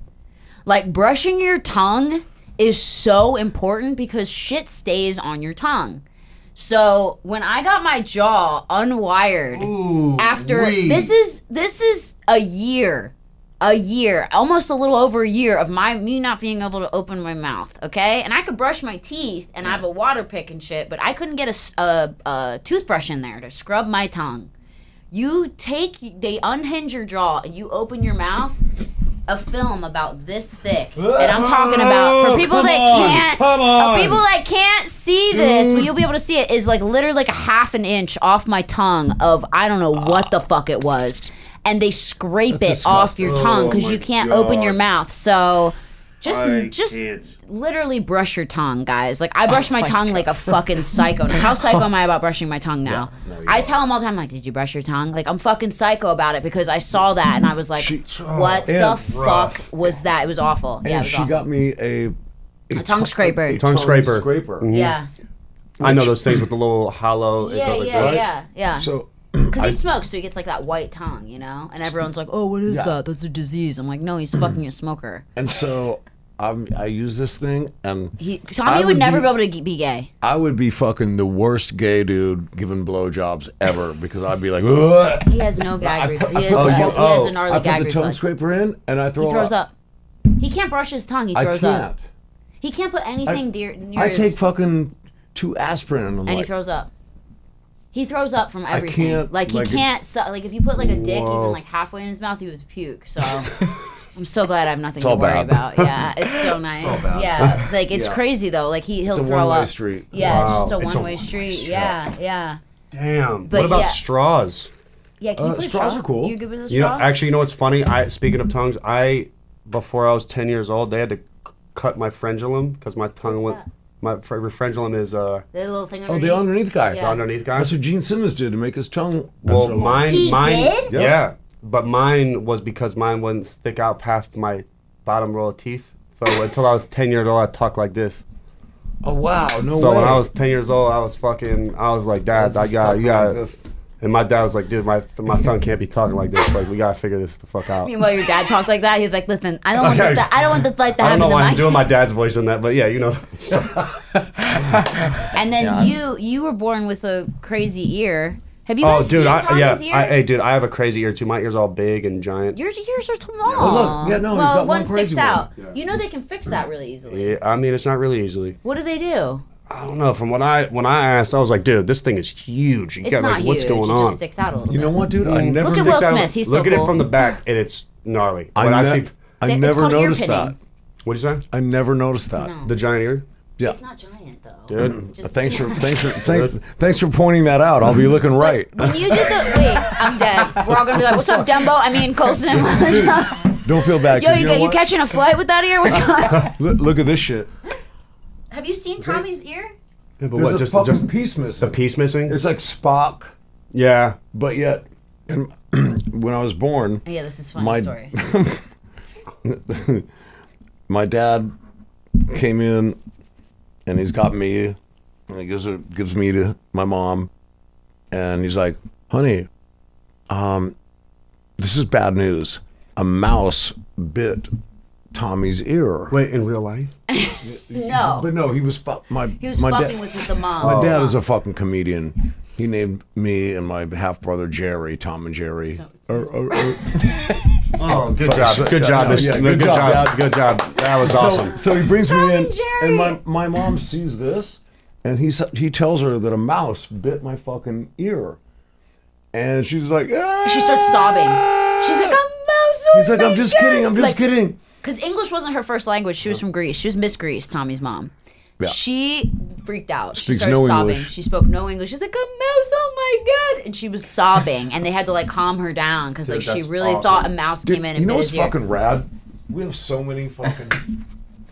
Speaker 1: Like brushing your tongue is so important because shit stays on your tongue. So when I got my jaw unwired after this is this is a year a year, almost a little over a year of my me not being able to open my mouth. Okay, and I could brush my teeth and I have a water pick and shit, but I couldn't get a s- a, a toothbrush in there to scrub my tongue. You take they unhinge your jaw and you open your mouth. A film about this thick, and I'm talking about for people
Speaker 2: come
Speaker 1: that
Speaker 2: on,
Speaker 1: can't,
Speaker 2: come on.
Speaker 1: for people that can't see this, but you'll be able to see it is like literally like a half an inch off my tongue of I don't know what the fuck it was, and they scrape it off your
Speaker 3: Oh
Speaker 1: tongue because you can't open your mouth. So just just literally brush your tongue, guys. Like I
Speaker 3: Oh
Speaker 1: brush my tongue like a fucking psycho. Now, How psycho am I about brushing my tongue now? I tell them all the time, like, did you brush your tongue? Like I'm fucking psycho about it because I saw that and I was like, what the fuck was that? It was awful. yeah, it
Speaker 3: oh, And
Speaker 1: was
Speaker 3: she
Speaker 1: awful.
Speaker 3: got me a,
Speaker 1: a tongue scraper.
Speaker 2: Tongue scraper.
Speaker 3: scraper.
Speaker 1: yeah.
Speaker 2: I know those things with the little hollow. it
Speaker 1: Yeah,
Speaker 2: goes like
Speaker 1: yeah,
Speaker 2: this.
Speaker 1: yeah, yeah.
Speaker 3: So
Speaker 1: Because he smokes, so he gets like that white tongue, you know? And everyone's like, oh, what is that? That's a disease. I'm like, no, he's fucking a smoker.
Speaker 3: and so I'm, I use this thing and
Speaker 1: He,
Speaker 3: I
Speaker 1: Tommy would,
Speaker 3: would
Speaker 1: never
Speaker 3: be-
Speaker 1: be able to g- be gay.
Speaker 3: I would be fucking the worst gay dude giving blowjobs ever because I'd be like, "Ugh."
Speaker 1: He has no gag reflex. He, has no-
Speaker 3: Oh, you-
Speaker 1: he has
Speaker 3: oh,
Speaker 1: a gnarly
Speaker 3: I put
Speaker 1: gag
Speaker 3: the tongue
Speaker 1: reflex.
Speaker 3: scraper in and I throw
Speaker 1: He throws up. He can't brush his tongue. He
Speaker 3: I
Speaker 1: throws
Speaker 3: can't.
Speaker 1: up. He can't put anything dear, near
Speaker 3: I
Speaker 1: his...
Speaker 3: take fucking two aspirin and I'm
Speaker 1: and
Speaker 3: like,
Speaker 1: he throws up. He throws up from everything.
Speaker 3: can't,
Speaker 1: like he
Speaker 3: like, it-
Speaker 1: can't. Su- like if you put like a dick even like halfway in his mouth, he would puke. So I'm so glad I have nothing to
Speaker 3: all
Speaker 1: worry
Speaker 3: bad.
Speaker 1: about. Yeah, it's so nice. Yeah, like it's
Speaker 3: Yeah.
Speaker 1: crazy though. Like he he'll
Speaker 3: a
Speaker 1: throw
Speaker 3: one-way
Speaker 1: up.
Speaker 3: street.
Speaker 1: Yeah, it's just a
Speaker 3: Wow. It's a
Speaker 1: one way street. Yeah, yeah,
Speaker 2: Damn.
Speaker 1: But
Speaker 2: what about
Speaker 1: yeah.
Speaker 2: straws?
Speaker 1: yeah. Can you
Speaker 3: Uh,
Speaker 1: put a
Speaker 3: straws
Speaker 1: straw?
Speaker 3: are cool.
Speaker 1: You good with a straw?
Speaker 2: You know, actually, you know what's funny? I speaking of tongues, I before I was ten years old, they had to c- cut my frenulum because my tongue went.
Speaker 1: that?
Speaker 2: My fr- frenulum is uh
Speaker 1: the little thing
Speaker 3: "Oh,
Speaker 1: underneath.
Speaker 3: the underneath guy."
Speaker 1: Yeah.
Speaker 2: underneath
Speaker 3: That's
Speaker 2: guys.
Speaker 3: what Gene Simmons did to make his tongue.
Speaker 2: Well, mine,
Speaker 1: He
Speaker 2: mine,
Speaker 1: did?
Speaker 2: Yeah. but mine was because mine wouldn't stick out past my bottom row of teeth. So until I was ten years old, I talked like this.
Speaker 3: Oh wow, no
Speaker 2: So
Speaker 3: way.
Speaker 2: when I was ten years old, I was fucking. I was like, Dad, I got, you got. And my dad was like, Dude, my my tongue can't be talking like this. Like, we gotta figure this the fuck out.
Speaker 1: Meanwhile, your dad talked like that. He's like, "Listen, I don't want
Speaker 2: Okay.
Speaker 1: this. To, I don't want this light to
Speaker 2: I
Speaker 1: happen
Speaker 2: don't know
Speaker 1: to
Speaker 2: why
Speaker 1: my
Speaker 2: I'm doing my dad's voice on that, but yeah, you know. So-
Speaker 1: And then you you were born with a crazy ear. Have you
Speaker 2: oh,
Speaker 1: guys
Speaker 2: dude,
Speaker 1: seen
Speaker 2: I,
Speaker 1: Tommy's
Speaker 2: yeah,
Speaker 1: ear?
Speaker 2: I, hey, dude, I have a crazy ear too. My ear's all big and giant.
Speaker 1: Your ears are small.
Speaker 3: Well, look, yeah, no, he's
Speaker 1: Well,
Speaker 3: got one
Speaker 1: one
Speaker 3: crazy
Speaker 1: sticks
Speaker 3: one.
Speaker 1: out. You know they can fix that really easily.
Speaker 2: Yeah, I mean, it's not really easily.
Speaker 1: What do they do?
Speaker 2: I don't know. From what I when I asked, I was like, dude, this thing is huge. You
Speaker 1: It's
Speaker 2: got
Speaker 1: not
Speaker 2: like,
Speaker 1: huge.
Speaker 2: what's going
Speaker 1: it
Speaker 2: on?
Speaker 1: just sticks out a little
Speaker 3: You know
Speaker 1: bit.
Speaker 3: what, dude? I never.
Speaker 1: Look at
Speaker 2: Sticks
Speaker 1: Will
Speaker 2: out of-
Speaker 1: Smith. He's
Speaker 2: look
Speaker 1: so
Speaker 2: at
Speaker 1: cool.
Speaker 2: it from the back, and it's gnarly.
Speaker 3: I,
Speaker 2: When I,
Speaker 3: ne-
Speaker 2: see,
Speaker 3: I
Speaker 1: It's
Speaker 3: never
Speaker 1: called ear
Speaker 3: noticed that.
Speaker 1: pinning.
Speaker 2: what do you say?
Speaker 3: I never noticed that.
Speaker 2: The giant ear.
Speaker 3: Yeah. Uh,
Speaker 1: It's not giant though.
Speaker 2: Dude.
Speaker 1: Just-
Speaker 3: Thanks for thanks for thanks, thanks for pointing that out. I'll be looking right.
Speaker 1: When you did the wait, I'm dead. We're all gonna be like, "What's up, Dumbo?" I mean, Colson.
Speaker 3: Don't feel bad.
Speaker 1: Yo,
Speaker 3: 'cause
Speaker 1: you,
Speaker 3: know
Speaker 1: got, you
Speaker 3: what?
Speaker 1: catching a flight with that ear? What's going on?
Speaker 3: Look, look at this shit.
Speaker 1: Have you seen Tommy's ear?
Speaker 2: Yeah, but
Speaker 3: There's
Speaker 2: what?
Speaker 3: a
Speaker 2: Just
Speaker 3: fucking
Speaker 2: just
Speaker 3: piece missing.
Speaker 2: a piece missing.
Speaker 3: It's like Spock,
Speaker 2: yeah.
Speaker 3: but yet, and when I was born,
Speaker 1: Yeah, this is funny
Speaker 3: My-
Speaker 1: story.
Speaker 3: my dad came in and he's got me and he gives her gives me to my mom and he's like honey um this is bad news a mouse bit tommy's ear
Speaker 2: Wait, in real life?
Speaker 1: No,
Speaker 3: but no he was fu- my
Speaker 1: Oh. he was
Speaker 3: my
Speaker 1: fucking
Speaker 3: dad
Speaker 1: with the mom.
Speaker 3: my dad is a fucking comedian he named me and my half brother jerry tom and jerry Er, Or- or- or-
Speaker 2: Oh, good
Speaker 3: fuck.
Speaker 2: job. Good
Speaker 3: Yeah,
Speaker 2: job.
Speaker 3: no,
Speaker 2: Miss-
Speaker 3: yeah,
Speaker 2: no,
Speaker 3: good
Speaker 2: Good
Speaker 3: job,
Speaker 2: job.
Speaker 3: Dad.
Speaker 2: Good job. That was awesome.
Speaker 3: So, so he brings me in,
Speaker 1: and Jerry.
Speaker 3: and my, my mom sees this, and he s- he tells her that a mouse bit my fucking ear, and she's like, "Ah!"
Speaker 1: She starts sobbing. She's like, "A mouse."
Speaker 3: He's like, "I'm just kidding. I'm just kidding."
Speaker 1: Because English wasn't her first language. She was from Greece. She was Miss Greece, Tommy's mom.
Speaker 3: Yeah.
Speaker 1: She freaked out. She
Speaker 3: Speaks
Speaker 1: started
Speaker 3: no
Speaker 1: sobbing.
Speaker 3: English.
Speaker 1: She spoke no English. She's like, a mouse, oh my God. And she was sobbing. And they had to like calm her down because like she
Speaker 2: that's
Speaker 1: really
Speaker 2: awesome.
Speaker 1: thought a mouse came in and
Speaker 3: you know
Speaker 1: bit
Speaker 3: what's
Speaker 1: his ear.
Speaker 3: fucking rad? We have so many fucking.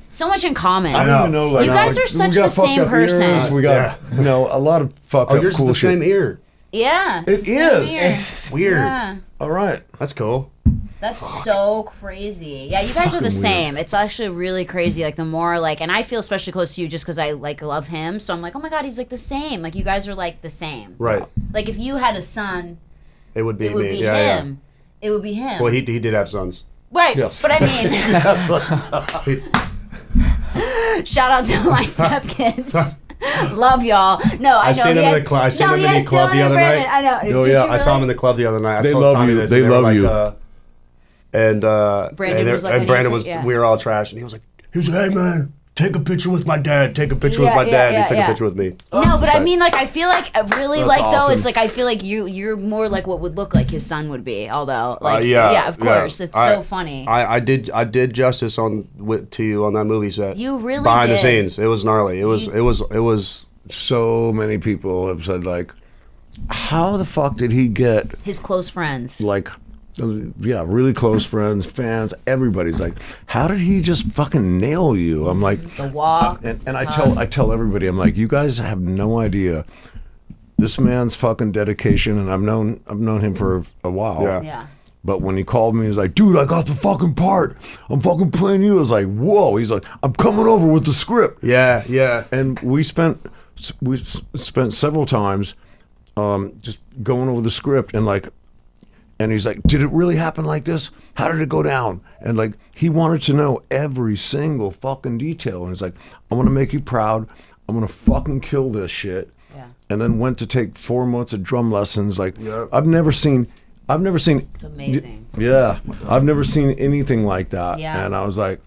Speaker 1: so much in common.
Speaker 3: I don't even know. Like,
Speaker 1: You
Speaker 3: now,
Speaker 1: guys
Speaker 3: like,
Speaker 1: are such
Speaker 3: we got
Speaker 1: the
Speaker 3: fucked
Speaker 1: same
Speaker 3: up ears,
Speaker 1: person.
Speaker 3: we got you know a lot of fuck
Speaker 2: Oh,
Speaker 3: up
Speaker 2: yours is
Speaker 3: cool
Speaker 2: the
Speaker 3: shit.
Speaker 2: same ear.
Speaker 1: yeah.
Speaker 3: It
Speaker 1: same
Speaker 3: is.
Speaker 1: ear.
Speaker 2: Weird.
Speaker 1: Yeah.
Speaker 3: All right.
Speaker 2: That's cool.
Speaker 1: That's so crazy. Yeah, you guys are the same. It's actually really crazy. Like the more like, and I feel especially close to you just because I like love him. So I'm like, oh my god, he's like the same. Like you guys are like the same.
Speaker 2: Right.
Speaker 1: Like if you had a son,
Speaker 2: It would be
Speaker 1: it would
Speaker 2: me.
Speaker 1: be
Speaker 2: yeah,
Speaker 1: him. It would be him.
Speaker 2: yeah. Well, he, he did have sons.
Speaker 1: right.
Speaker 3: Yes.
Speaker 1: But I mean, Oh. shout out to my stepkids. Love y'all. No, I
Speaker 2: I
Speaker 1: know he
Speaker 2: seen him in
Speaker 1: has,
Speaker 2: the club. I seen
Speaker 1: no,
Speaker 2: him
Speaker 1: he
Speaker 2: in
Speaker 1: has
Speaker 2: the club
Speaker 1: Dylan
Speaker 2: the
Speaker 1: and
Speaker 2: other
Speaker 1: Brandon.
Speaker 2: night.
Speaker 1: I know.
Speaker 2: Oh
Speaker 1: Did
Speaker 2: yeah,
Speaker 1: you
Speaker 2: I saw
Speaker 1: really?
Speaker 2: him in the club the other night. I
Speaker 3: They
Speaker 2: told
Speaker 3: love
Speaker 2: Tommy
Speaker 3: you.
Speaker 2: This,
Speaker 3: They
Speaker 2: and were
Speaker 3: love
Speaker 2: like,
Speaker 3: you.
Speaker 2: uh, and uh,
Speaker 1: Brandon
Speaker 2: and, they-
Speaker 1: was like,
Speaker 2: and
Speaker 1: "I hate
Speaker 2: Brandon
Speaker 1: you,"
Speaker 2: was.
Speaker 1: yeah.
Speaker 2: We were all trash, and he was like, he was like, hey man, take a picture with my dad. Take a picture
Speaker 1: Yeah,
Speaker 2: with my
Speaker 1: yeah,
Speaker 2: dad. and
Speaker 1: yeah,
Speaker 2: he took
Speaker 1: yeah.
Speaker 2: a picture with me.
Speaker 1: No, but I
Speaker 2: Sorry.
Speaker 1: mean, like, I feel like uh, really,
Speaker 3: That's
Speaker 1: like, though,
Speaker 3: awesome.
Speaker 1: it's like I feel like you you're more like what would look like his son would be. Although, like,
Speaker 2: Uh,
Speaker 1: yeah, of course, it's
Speaker 2: I-
Speaker 1: so funny.
Speaker 2: I, I did I did justice on with, to you on that movie set.
Speaker 1: You really
Speaker 2: behind the
Speaker 1: did.
Speaker 2: scenes. It was gnarly. It was it was it was.
Speaker 3: So many people have said like, "How the fuck did he get?"
Speaker 1: his close friends.
Speaker 3: like uh, yeah really close friends fans everybody's like how did he just fucking nail you i'm like
Speaker 1: The walk.
Speaker 3: and, and i tell i tell everybody i'm like you guys have no idea this man's fucking dedication and i've known i've known him for a while
Speaker 2: Yeah.
Speaker 1: yeah.
Speaker 3: but when he called me, he was like, dude, I got the fucking part. I'm fucking playing you. I was like, whoa. He's like, I'm coming over with the script
Speaker 2: Yeah, yeah.
Speaker 3: and we spent we s- spent several times um, just going over the script and like and he's like did it really happen like this how did it go down and like he wanted to know every single fucking detail and he's like i'm gonna make you proud i'm gonna fucking kill this shit
Speaker 1: Yeah.
Speaker 3: and then went to take four months of drum lessons like i've never seen i've never seen
Speaker 1: amazing.
Speaker 3: yeah i've never seen anything like that
Speaker 1: Yeah.
Speaker 3: and i was like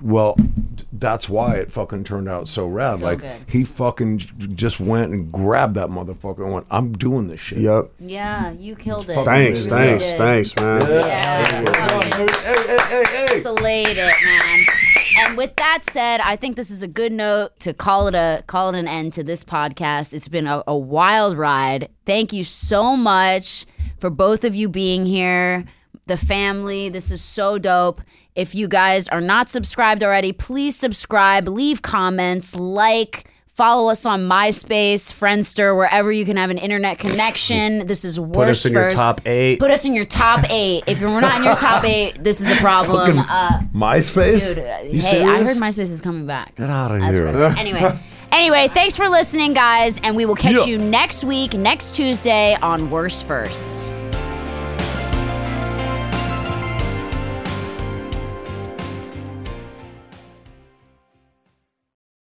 Speaker 3: well, t- that's why it fucking turned out so rad.
Speaker 1: So
Speaker 3: like
Speaker 1: good.
Speaker 3: he fucking j- just went and grabbed that motherfucker and went, "I'm doing this shit."
Speaker 2: Yep.
Speaker 1: Yeah, you killed it.
Speaker 2: Thanks,
Speaker 1: You really
Speaker 2: thanks,
Speaker 1: did.
Speaker 2: thanks, man.
Speaker 1: Yeah. Slayed it, man. And with that said, I think this is a good note to call it a call it an end to this podcast. It's been a, a wild ride. Thank you so much for both of you being here. The family, this is so dope. If you guys are not subscribed already, please subscribe, leave comments, like, follow us on MySpace, Friendster, wherever you can have an internet connection. This is worse
Speaker 2: Put us in your
Speaker 1: first.
Speaker 2: top eight.
Speaker 1: Put us in your top eight. If we're not in your top eight, this is a problem. Uh,
Speaker 3: MySpace.
Speaker 1: dude, uh,
Speaker 3: You
Speaker 1: hey, I heard
Speaker 3: serious?
Speaker 1: MySpace is coming back.
Speaker 3: Get out of
Speaker 1: That's
Speaker 3: here.
Speaker 1: right. Anyway, anyway, thanks for listening, guys, and we will catch
Speaker 3: Yeah.
Speaker 1: you next week, next Tuesday on Worst Firsts.